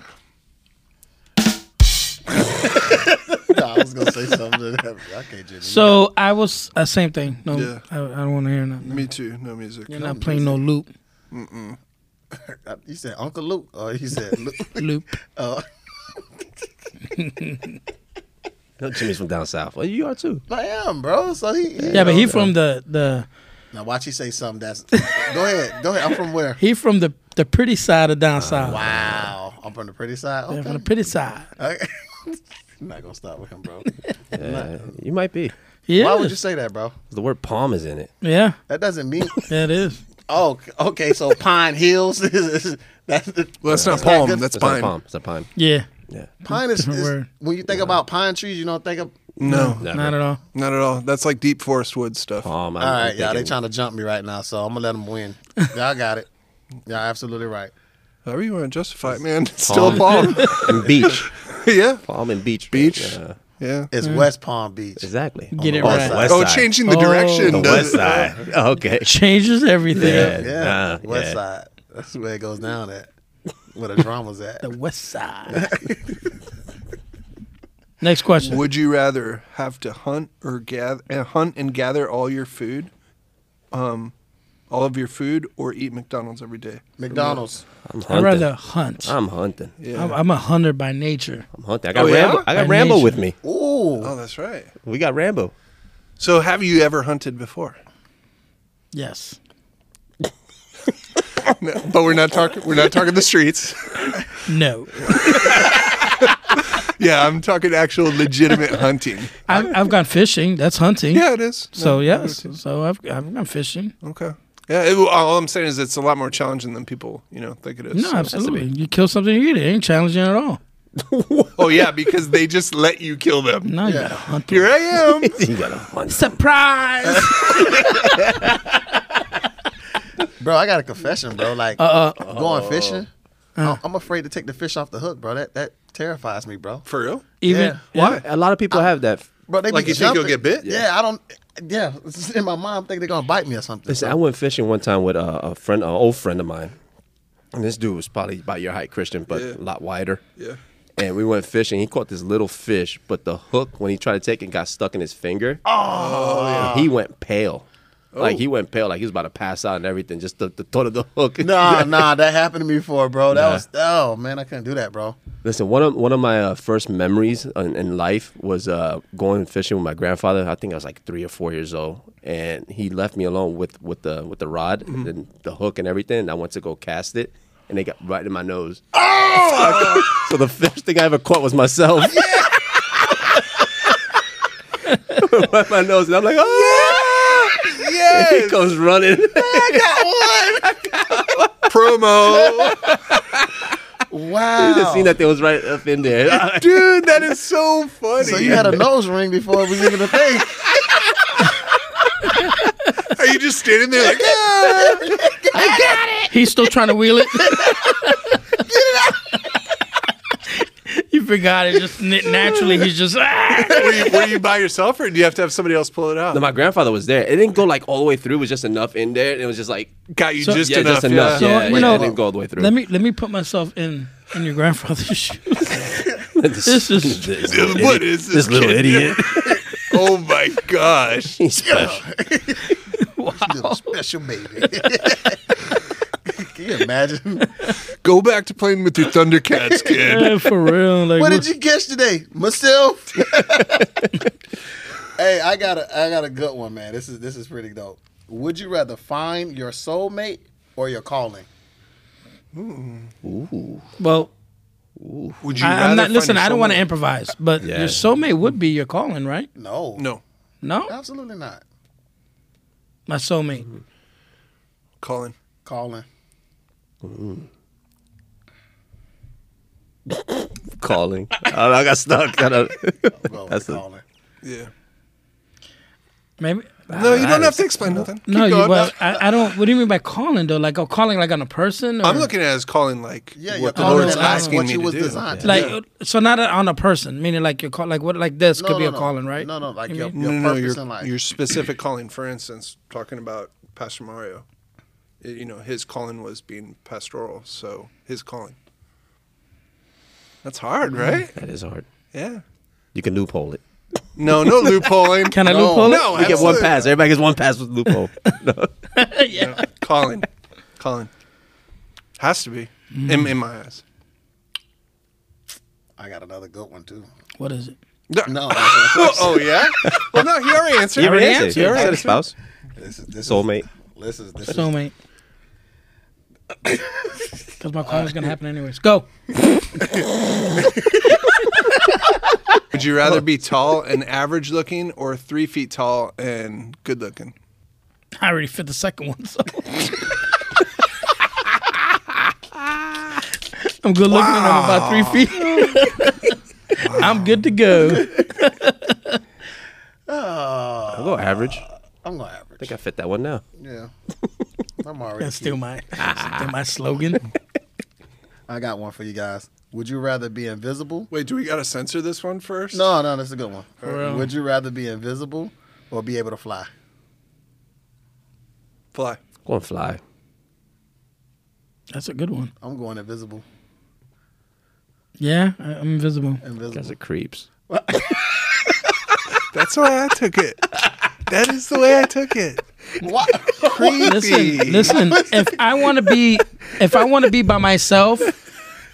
Speaker 2: Nah, I was gonna say something. to that. I can't just.
Speaker 3: So I was uh, same thing. No,
Speaker 5: Yeah.
Speaker 3: I, I don't want to hear nothing.
Speaker 5: Me too. No music.
Speaker 3: You're not playing no loop,
Speaker 2: he said Uncle Luke, or he said Luke.
Speaker 3: loop.
Speaker 2: Uh,
Speaker 4: No, Jimmy's from down south. Well, you are too.
Speaker 2: I am, bro. So he. he
Speaker 3: Yeah, but he from the the
Speaker 2: Now watch you say something. That's. go ahead. Go ahead. I'm from where?
Speaker 3: he from the the pretty side of down south.
Speaker 2: Wow. I'm from the pretty side.
Speaker 3: Yeah, from
Speaker 2: Okay.
Speaker 3: the pretty side.
Speaker 2: Okay. I'm not gonna start with him, bro.
Speaker 4: Yeah, you might be.
Speaker 3: Yeah.
Speaker 2: Why would you say that, bro?
Speaker 4: The word palm is in it.
Speaker 3: Yeah,
Speaker 2: That doesn't mean.
Speaker 3: yeah, it is.
Speaker 2: Oh, okay. So Pine Hills. is- that's the,
Speaker 5: Well, that's not
Speaker 2: not
Speaker 5: palm.
Speaker 2: good.
Speaker 5: That's
Speaker 4: It's not
Speaker 5: pine.
Speaker 4: a palm. It's a pine.
Speaker 3: Yeah,
Speaker 4: Yeah.
Speaker 2: pine is,
Speaker 3: Different
Speaker 2: is-
Speaker 3: word.
Speaker 2: when you think about pine trees, you don't think of.
Speaker 5: No,
Speaker 4: Never.
Speaker 3: not at all.
Speaker 5: not at all. That's like deep forest wood stuff.
Speaker 4: Palm. I'm,
Speaker 2: All
Speaker 4: I'm
Speaker 2: right, y'all. They
Speaker 4: thinking-
Speaker 2: trying to jump me right now, so I'm gonna let them win. Y'all got it. Y'all absolutely right.
Speaker 5: However you want to justify it, man. It's still a palm.
Speaker 4: and beach.
Speaker 5: yeah.
Speaker 4: Palm and beach.
Speaker 5: Beach.
Speaker 4: Yeah,
Speaker 5: Yeah.
Speaker 2: It's West Palm Beach.
Speaker 4: exactly.
Speaker 3: Get it
Speaker 4: On the
Speaker 3: right.
Speaker 4: West
Speaker 5: Oh,
Speaker 4: side.
Speaker 5: changing the
Speaker 3: Oh.
Speaker 5: direction.
Speaker 4: The west
Speaker 5: does it.
Speaker 4: side. Okay.
Speaker 3: Changes everything.
Speaker 4: Yeah.
Speaker 2: Yeah,
Speaker 4: Nah,
Speaker 2: West
Speaker 4: yeah.
Speaker 2: Side. That's where it goes down at. Where the drama's at.
Speaker 3: The west side. Next question.
Speaker 5: Would you rather have to hunt or gather uh, hunt and gather all your food, um, all of your food, or eat McDonald's every day?
Speaker 2: McDonald's.
Speaker 4: I'm
Speaker 3: I'd
Speaker 4: hunting.
Speaker 3: rather hunt.
Speaker 4: I'm hunting.
Speaker 5: Yeah.
Speaker 3: I'm, I'm a hunter by nature.
Speaker 4: I'm hunting. I got
Speaker 5: Oh, yeah?
Speaker 4: Rambo. I got
Speaker 3: By
Speaker 4: Rambo
Speaker 3: nature.
Speaker 4: with me.
Speaker 2: Ooh.
Speaker 5: oh, that's right.
Speaker 4: We got Rambo.
Speaker 5: So, have you ever hunted before?
Speaker 3: Yes.
Speaker 5: No, but we're not talking. We're not talking the streets.
Speaker 3: No.
Speaker 5: Yeah, I'm talking actual legitimate hunting.
Speaker 3: I've, I've gone fishing. That's hunting.
Speaker 5: Yeah, it is. No,
Speaker 3: So
Speaker 5: I
Speaker 3: yes.
Speaker 5: would too.
Speaker 3: So I've I've gone fishing.
Speaker 5: Okay. Yeah. It, all I'm saying is it's a lot more challenging than people you know think it is.
Speaker 3: No, absolutely. You kill something, you eat it. It ain't challenging at all.
Speaker 5: Oh yeah, because they just let you kill them.
Speaker 3: No, you gotta hunt.
Speaker 5: Here I am.
Speaker 4: You got to hunt.
Speaker 3: Surprise!
Speaker 2: Bro, I got a confession, bro. Like uh, going fishing.
Speaker 4: Uh.
Speaker 2: I- I'm afraid to take the fish off the hook, bro. That that terrifies me, bro.
Speaker 5: For real?
Speaker 3: Even
Speaker 2: Yeah.
Speaker 4: Why? A lot of people have that.
Speaker 2: Bro, they
Speaker 5: Like
Speaker 2: be
Speaker 5: you think you'll
Speaker 2: jumping.
Speaker 5: get bit?
Speaker 2: Yeah, I don't. Yeah, it's in my mind, I'm thinking they're gonna bite me or something.
Speaker 4: Listen, I went fishing one time with a, a friend, an old friend of mine, and this dude was probably about your height, Christian, but
Speaker 5: Yeah.
Speaker 4: a lot wider.
Speaker 5: Yeah.
Speaker 4: And we went fishing. He caught this little fish, but the hook when he tried to take it got stuck in his finger. Oh, he went pale. Like he went pale, like he was about to pass out and everything. Just the, the thought of the hook.
Speaker 2: Nah, nah, that happened to me before, bro. That
Speaker 4: Nah.
Speaker 2: was oh man, I couldn't do that, bro.
Speaker 4: Listen, one of one of my uh, first memories in, in life was uh, going fishing with my grandfather. I think I was like three or four years old, and he left me alone with with the with the rod and the hook and everything. And I went to go cast it, and they got right in my nose. Oh! so the first thing I ever caught was myself. right in my nose, and I'm like, oh!
Speaker 5: Yes.
Speaker 4: He comes running.
Speaker 5: Promo.
Speaker 2: Wow.
Speaker 4: I just seen that thing was right up in there.
Speaker 5: Dude, that is so funny.
Speaker 2: So you had a nose ring before it was even a thing.
Speaker 5: Are you just standing there like,
Speaker 3: He's still trying to wheel it. Get it out. you forgot it. Just na- naturally, he's just. "Ah."
Speaker 5: were, you, were you by yourself or do you have to have somebody else pull it out?
Speaker 4: No, my grandfather was there. It didn't go like all the way through. It was just enough in there, and it was just like
Speaker 5: Got you just,
Speaker 4: yeah,
Speaker 5: enough,
Speaker 4: just enough.
Speaker 5: yeah.
Speaker 4: Yeah,
Speaker 3: So, you
Speaker 4: yeah,
Speaker 3: know,
Speaker 4: it didn't go all the way through.
Speaker 3: Let me let me put myself in in your grandfather's shoes. This is
Speaker 4: this little
Speaker 5: What
Speaker 4: idiot.
Speaker 5: is this
Speaker 4: This little
Speaker 5: kid?
Speaker 4: idiot.
Speaker 5: Oh my gosh.
Speaker 4: He's special.
Speaker 2: Little special baby. Can you imagine?
Speaker 5: Go back to playing with your Thundercats, kid.
Speaker 3: Yeah, for real. Like
Speaker 2: What did you catch today? Myself. hey, I got a I got a good one, man. This is this is pretty dope. Would you rather find your soulmate or your calling?
Speaker 3: well,
Speaker 5: Would
Speaker 3: I,
Speaker 5: rather
Speaker 3: am not.
Speaker 5: find
Speaker 3: Listen, I don't want to
Speaker 5: someone-
Speaker 3: improvise, but
Speaker 4: Yeah.
Speaker 3: your soulmate would be your calling, right?
Speaker 2: No.
Speaker 5: No.
Speaker 3: No,
Speaker 2: Absolutely not.
Speaker 3: my soulmate.
Speaker 5: Colin.
Speaker 2: Calling.
Speaker 4: calling. I, don't know, I got stuck. I don't-
Speaker 2: Go with
Speaker 4: That's
Speaker 2: the
Speaker 4: a-
Speaker 2: calling.
Speaker 5: Yeah.
Speaker 3: Maybe.
Speaker 5: No, you don't have to explain nothing.
Speaker 3: No,
Speaker 5: Keep
Speaker 3: you,
Speaker 5: going.
Speaker 3: well, I, I don't. What do you mean by calling though? Like, oh, calling like on a person? Or,
Speaker 5: I'm looking at it as calling like
Speaker 2: Yeah, your
Speaker 5: what the
Speaker 2: calling
Speaker 5: Lord's
Speaker 2: and that's
Speaker 5: asking
Speaker 2: what
Speaker 5: me
Speaker 2: you
Speaker 5: to
Speaker 2: was
Speaker 5: do.
Speaker 2: designed to
Speaker 3: like
Speaker 2: do.
Speaker 3: so not a, on a person. Meaning like your call, like what, like this
Speaker 2: No,
Speaker 3: could be
Speaker 2: no,
Speaker 3: a
Speaker 2: no.
Speaker 3: calling, right?
Speaker 2: No, no, like
Speaker 3: You
Speaker 2: your,
Speaker 3: mean-
Speaker 2: your
Speaker 5: no,
Speaker 2: purpose
Speaker 5: your,
Speaker 2: in life.
Speaker 5: your specific calling. For instance, talking about Uh, Pastor Mario, y- you know, his calling was being pastoral, so his calling. That's hard, right?
Speaker 4: That is hard.
Speaker 5: Yeah.
Speaker 4: You can loophole it.
Speaker 5: No, no loopholing.
Speaker 3: Can I loophole
Speaker 5: No,
Speaker 4: You get one
Speaker 5: absolutely.
Speaker 4: pass. Everybody gets one pass with loophole.
Speaker 3: it? yeah.
Speaker 5: Colin. Colin. Has to be.
Speaker 3: Mm-hmm.
Speaker 5: In, in my eyes.
Speaker 2: I got another good one too.
Speaker 3: What is it?
Speaker 2: No,
Speaker 5: Oh, oh, yeah? Well, no, he already answered.
Speaker 4: You already
Speaker 3: already
Speaker 4: answered. You already said a spouse,
Speaker 2: this is this
Speaker 4: soulmate.
Speaker 2: Is, this is this is
Speaker 3: Soulmate. Because my call is gonna happen anyways. Go.
Speaker 5: Would you rather be tall and average looking or three feet tall and good looking?
Speaker 3: I already fit the second one, so. I'm good looking and I'm about three feet. I'm good to go.
Speaker 4: I'll go average. I
Speaker 2: ah, I'm gonna average.
Speaker 4: think I fit that one now.
Speaker 2: yeah. I'm already
Speaker 3: That's still my still my slogan.
Speaker 2: I got one for you guys. Would you rather be invisible?
Speaker 5: Wait, do we got to censor this one first?
Speaker 2: No, no, that's a good one.
Speaker 3: real.
Speaker 2: Would you rather be invisible or be able to fly?
Speaker 5: Fly.
Speaker 4: Go and fly.
Speaker 3: That's a good one.
Speaker 2: I'm going invisible.
Speaker 3: Yeah, I, I'm invisible.
Speaker 4: Guys
Speaker 2: Invisible.
Speaker 4: are creeps.
Speaker 5: That's the way I took it. That is the way I took it.
Speaker 2: What?
Speaker 3: Listen, listen. If I want to be, if I want to be by myself,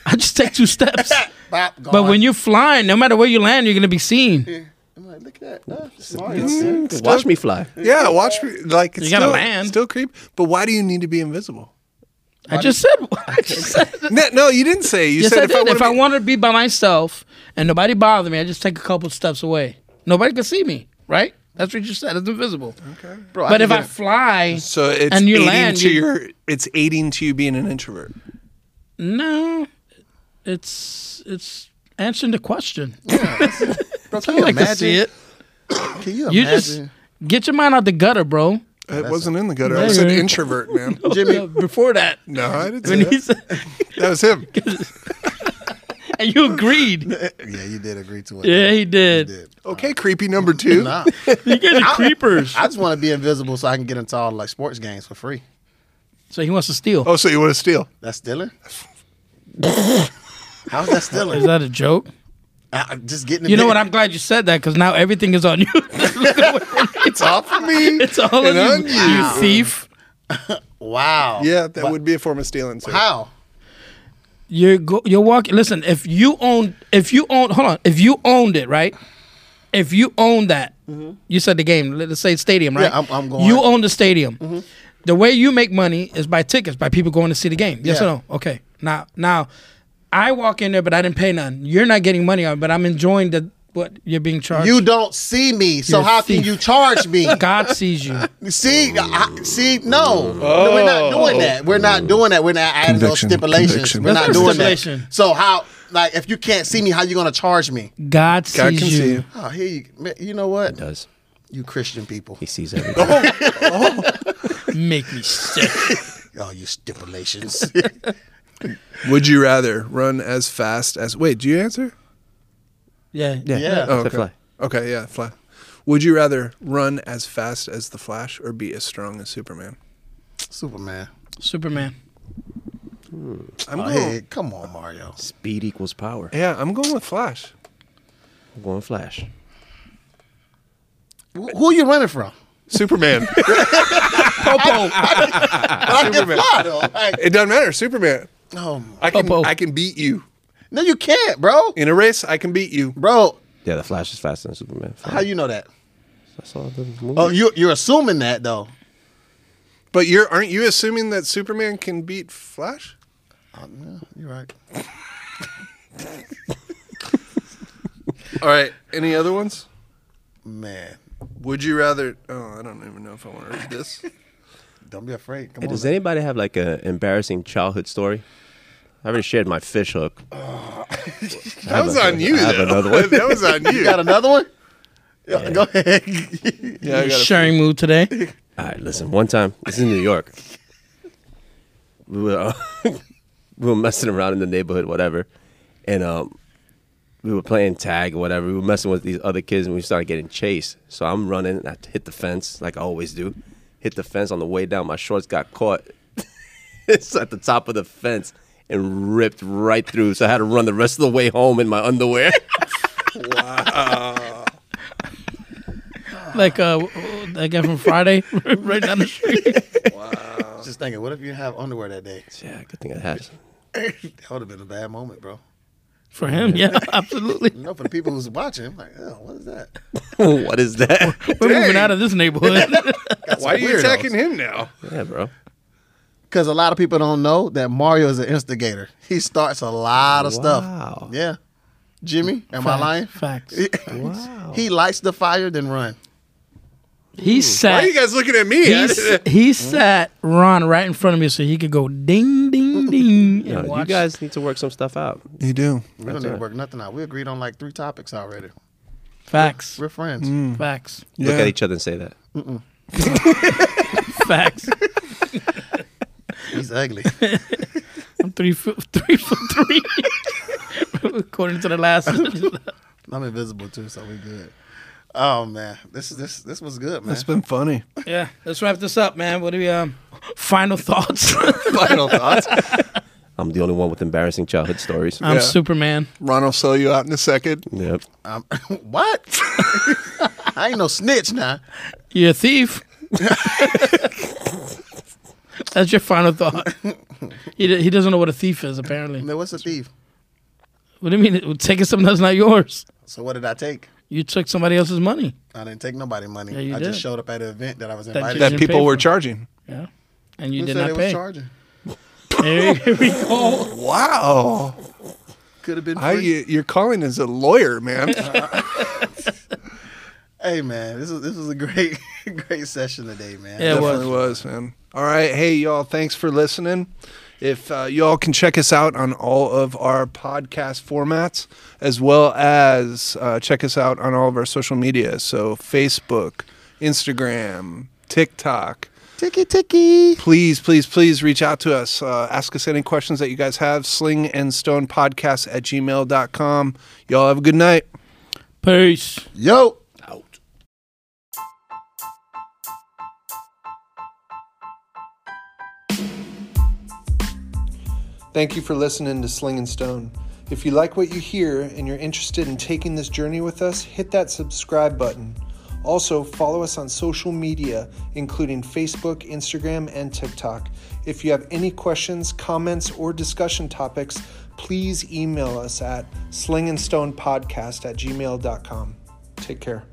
Speaker 3: I just take two steps.
Speaker 2: Bop,
Speaker 3: But
Speaker 2: gone.
Speaker 3: when you're flying, no matter where you land, you're gonna be seen. You
Speaker 2: I'm like, look at that. Ah, smart. Yeah.
Speaker 4: Watch me fly.
Speaker 5: Yeah, watch me. Like, it's
Speaker 3: You gotta
Speaker 5: still,
Speaker 3: land.
Speaker 5: Still creep. But why do you need to be invisible?
Speaker 3: I just said. I just said.
Speaker 5: No, no you didn't say. You
Speaker 3: Yes,
Speaker 5: said
Speaker 3: I did. If I
Speaker 5: be-
Speaker 3: wanted to be by myself and nobody bothered me, I just take a couple steps away. Nobody could see me, right? That's what you said. It's invisible. Okay.
Speaker 2: Bro,
Speaker 3: But if
Speaker 2: can
Speaker 3: I
Speaker 2: get-
Speaker 3: fly,
Speaker 5: So it's
Speaker 3: And you
Speaker 5: aiding
Speaker 3: land,
Speaker 5: to
Speaker 3: you-
Speaker 5: your. It's aiding to you being an introvert.
Speaker 3: no, it's it's answering the question.
Speaker 2: bro, can
Speaker 3: I
Speaker 2: you
Speaker 3: like
Speaker 2: imagine?
Speaker 3: to see it.
Speaker 2: Can you
Speaker 3: You
Speaker 2: imagine?
Speaker 3: just get your mind out the gutter, bro.
Speaker 5: It wasn't in the gutter. I was an
Speaker 3: Right.
Speaker 5: introvert, man.
Speaker 3: Uh, before that,
Speaker 5: No, I didn't
Speaker 3: when
Speaker 5: say
Speaker 3: he
Speaker 5: that.
Speaker 3: said,
Speaker 5: That was him.
Speaker 3: and you agreed.
Speaker 2: yeah, you did agree to it. Oh,
Speaker 3: Yeah, he
Speaker 2: You
Speaker 3: did.
Speaker 2: did.
Speaker 5: Okay, creepy number two.
Speaker 2: Nah.
Speaker 3: You guys are creepers.
Speaker 2: I just want to be invisible so I can get into all like sports games for free.
Speaker 3: So he wants to steal.
Speaker 5: Oh, so you want to steal?
Speaker 2: That's stealing? How's that stealing?
Speaker 3: Is that a joke?
Speaker 2: I- I'm just getting.
Speaker 3: You know what? I'm glad you said that because now everything is on you.
Speaker 5: It's off of me.
Speaker 3: it's all
Speaker 5: And
Speaker 3: on
Speaker 5: on
Speaker 3: you,
Speaker 5: you.
Speaker 3: you thief.
Speaker 2: Wow.
Speaker 5: Yeah, that would be a form of stealing. Sir.
Speaker 2: How?
Speaker 3: You're go, you're walking. Listen, if you own, if you own, hold on, if you owned it, right? If you own that, you said the game. let- Let's say stadium, right?
Speaker 2: Yeah, I'm- I'm going-
Speaker 3: You own the stadium. The way you make money is by tickets, by people going to see the game. Yes
Speaker 2: Yeah.
Speaker 3: or no? Okay. Now, now, I walk in there, but I didn't pay none. You're not getting money on, it, but I'm enjoying the what you're being charged.
Speaker 2: You don't see me, so
Speaker 3: You're a
Speaker 2: how
Speaker 3: thief.
Speaker 2: can you charge me?
Speaker 3: God sees you.
Speaker 2: See, I, see, no, No, we're not doing that. We're not doing that. We're not adding those
Speaker 5: Oh. Conviction,
Speaker 2: stipulations.
Speaker 5: conviction.
Speaker 2: We're not
Speaker 3: That's
Speaker 2: doing
Speaker 3: stipulation.
Speaker 2: that. So how, like, if you can't see me, how you gonna charge me?
Speaker 3: God
Speaker 5: God
Speaker 3: sees
Speaker 5: can
Speaker 3: you.
Speaker 5: see you.
Speaker 2: Oh, here you, man, you know what?
Speaker 4: Does
Speaker 2: You Christian people,
Speaker 5: Oh,
Speaker 4: he sees everything?
Speaker 3: Make me sick.
Speaker 2: All you stipulations.
Speaker 5: Would you rather run as fast as wait? Do you answer?
Speaker 3: Yeah.
Speaker 2: Yeah.
Speaker 5: Oh,
Speaker 4: Say
Speaker 5: okay.
Speaker 4: fly.
Speaker 5: Okay, yeah, fly. Would you rather run as fast as the Flash or be as strong as Superman?
Speaker 2: Superman.
Speaker 3: Superman.
Speaker 5: I'm
Speaker 2: Oh,
Speaker 5: going.
Speaker 2: hey, come on, Mario.
Speaker 4: Speed equals power.
Speaker 5: Yeah, I'm going with Flash.
Speaker 4: I'm going Flash.
Speaker 2: Wh- Who are you running from?
Speaker 5: Superman.
Speaker 2: I can fly, though. Like,
Speaker 5: it doesn't matter. Superman.
Speaker 2: no,
Speaker 5: I can.
Speaker 3: Popo.
Speaker 5: I can beat you
Speaker 2: no, you can't, bro.
Speaker 5: in a race. I can beat you.
Speaker 2: Bro,
Speaker 4: Yeah, the Flash is faster than Superman.
Speaker 2: how you know that?
Speaker 4: I saw the movie.
Speaker 2: Oh, you you're assuming that though.
Speaker 5: But you're aren't you assuming that Superman can beat Flash?
Speaker 2: Oh, no, you're right.
Speaker 5: All right. Any other ones?
Speaker 2: Man,
Speaker 5: Would you rather? Oh, I don't even know if I want to read this.
Speaker 2: don't be afraid. Come
Speaker 4: Hey,
Speaker 2: on.
Speaker 4: does anybody have like an embarrassing childhood story? I already shared my fish hook. I
Speaker 5: That
Speaker 4: have
Speaker 5: was
Speaker 4: a-
Speaker 5: on you,
Speaker 4: I have
Speaker 5: though.
Speaker 4: another one.
Speaker 5: that was on you.
Speaker 2: you got another one? Yeah, Go ahead.
Speaker 5: Yeah, I got a-
Speaker 3: Sharing mood today.
Speaker 4: All right, listen. One time, this is in New York. We were uh, we were messing around in the neighborhood, whatever, and um, we were playing tag or whatever. We were messing with these other kids, and we started getting chased. So I'm running, and I hit the fence like I always do. Hit the fence on the way down. My shorts got caught. it's at the top of the fence and ripped right through. So I had to run the rest of the way home in my underwear.
Speaker 3: Like uh, that guy from Friday, right down the street.
Speaker 2: Just thinking, what if you have underwear that day?
Speaker 4: yeah, good thing I had.
Speaker 2: that would have been a bad moment, bro.
Speaker 3: For him, yeah, absolutely.
Speaker 2: You know, for the people who's watching, I'm like, oh, what is that?
Speaker 4: what is that?
Speaker 3: We're moving out of this neighborhood.
Speaker 5: Why are you
Speaker 2: Weirdos.
Speaker 5: attacking him now?
Speaker 4: yeah, bro.
Speaker 2: Because a lot of people don't know that Mario is an instigator. He starts a lot of
Speaker 4: Wow.
Speaker 2: stuff. Yeah. Jimmy, am I lying?
Speaker 3: Facts.
Speaker 4: Wow.
Speaker 2: He lights the fire, then run.
Speaker 3: He
Speaker 5: Why
Speaker 3: sat.
Speaker 5: are you guys looking at me?
Speaker 3: he, s- he sat Ron right in front of me so he could go ding ding ding.
Speaker 4: No,
Speaker 3: and
Speaker 4: you
Speaker 3: watch.
Speaker 4: guys need to work some stuff out.
Speaker 5: You do.
Speaker 2: We don't need to work nothing out. We agreed on like three topics already.
Speaker 3: facts,
Speaker 2: We're friends.
Speaker 3: Mm. facts,
Speaker 4: Look
Speaker 5: Yeah.
Speaker 4: at each other and say that.
Speaker 3: facts.
Speaker 2: He's ugly.
Speaker 3: I'm three for three for three. According to the last,
Speaker 2: I'm invisible too, so we good. Oh man, this is this this was good, man.
Speaker 5: It's been funny.
Speaker 3: yeah. Let's wrap this up, man. What are your um, final thoughts?
Speaker 5: Final thoughts.
Speaker 4: I'm the only one with embarrassing childhood stories.
Speaker 3: I'm
Speaker 5: Yeah.
Speaker 3: Superman.
Speaker 5: Ron will sell you out in a second.
Speaker 4: yep.
Speaker 2: Um, what? I ain't no snitch now.
Speaker 3: You're a thief. That's your final thought. He, d- he doesn't know what a thief is, apparently.
Speaker 2: No, what's a thief?
Speaker 3: What do you mean? Taking something that's not yours.
Speaker 2: So what did I take?
Speaker 3: You took somebody else's money.
Speaker 2: I didn't take nobody money.
Speaker 3: Yeah, you
Speaker 2: I
Speaker 3: did.
Speaker 2: just showed up at an event that I was
Speaker 3: you
Speaker 2: invited.
Speaker 3: did.
Speaker 5: That
Speaker 2: to.
Speaker 3: didn't
Speaker 5: people
Speaker 3: pay
Speaker 5: were
Speaker 3: for it.
Speaker 5: charging.
Speaker 3: Yeah. And you
Speaker 2: Who
Speaker 3: did
Speaker 2: said
Speaker 3: not
Speaker 2: it was
Speaker 3: pay.
Speaker 2: charging?
Speaker 3: There we go.
Speaker 5: Wow.
Speaker 2: Could have been
Speaker 5: How
Speaker 2: free.
Speaker 5: you, you're calling as a lawyer, man.
Speaker 2: Hey man, this is this was a great great session today, man.
Speaker 3: Yeah, it was.
Speaker 5: Definitely was. man. All right. Hey, y'all. Thanks for listening. If uh, y'all can check us out on all of our podcast formats, as well as uh, check us out on all of our social media. So, Facebook, Instagram, TikTok.
Speaker 2: Ticky ticky.
Speaker 5: Please, please, please reach out to us. Uh, ask us any questions that you guys have. Sling and Stone Podcast at gmail.com. Y'all have a good night.
Speaker 3: Peace.
Speaker 2: Yo.
Speaker 4: Out.
Speaker 1: Thank you for listening to Sling and Stone. If you like what you hear and you're interested in taking this journey with us, hit that subscribe button. Also, follow us on social media, including Facebook, Instagram, and TikTok. If you have any questions, comments, or discussion topics, please email us at slingandstonepodcast at gmail.com. Take care.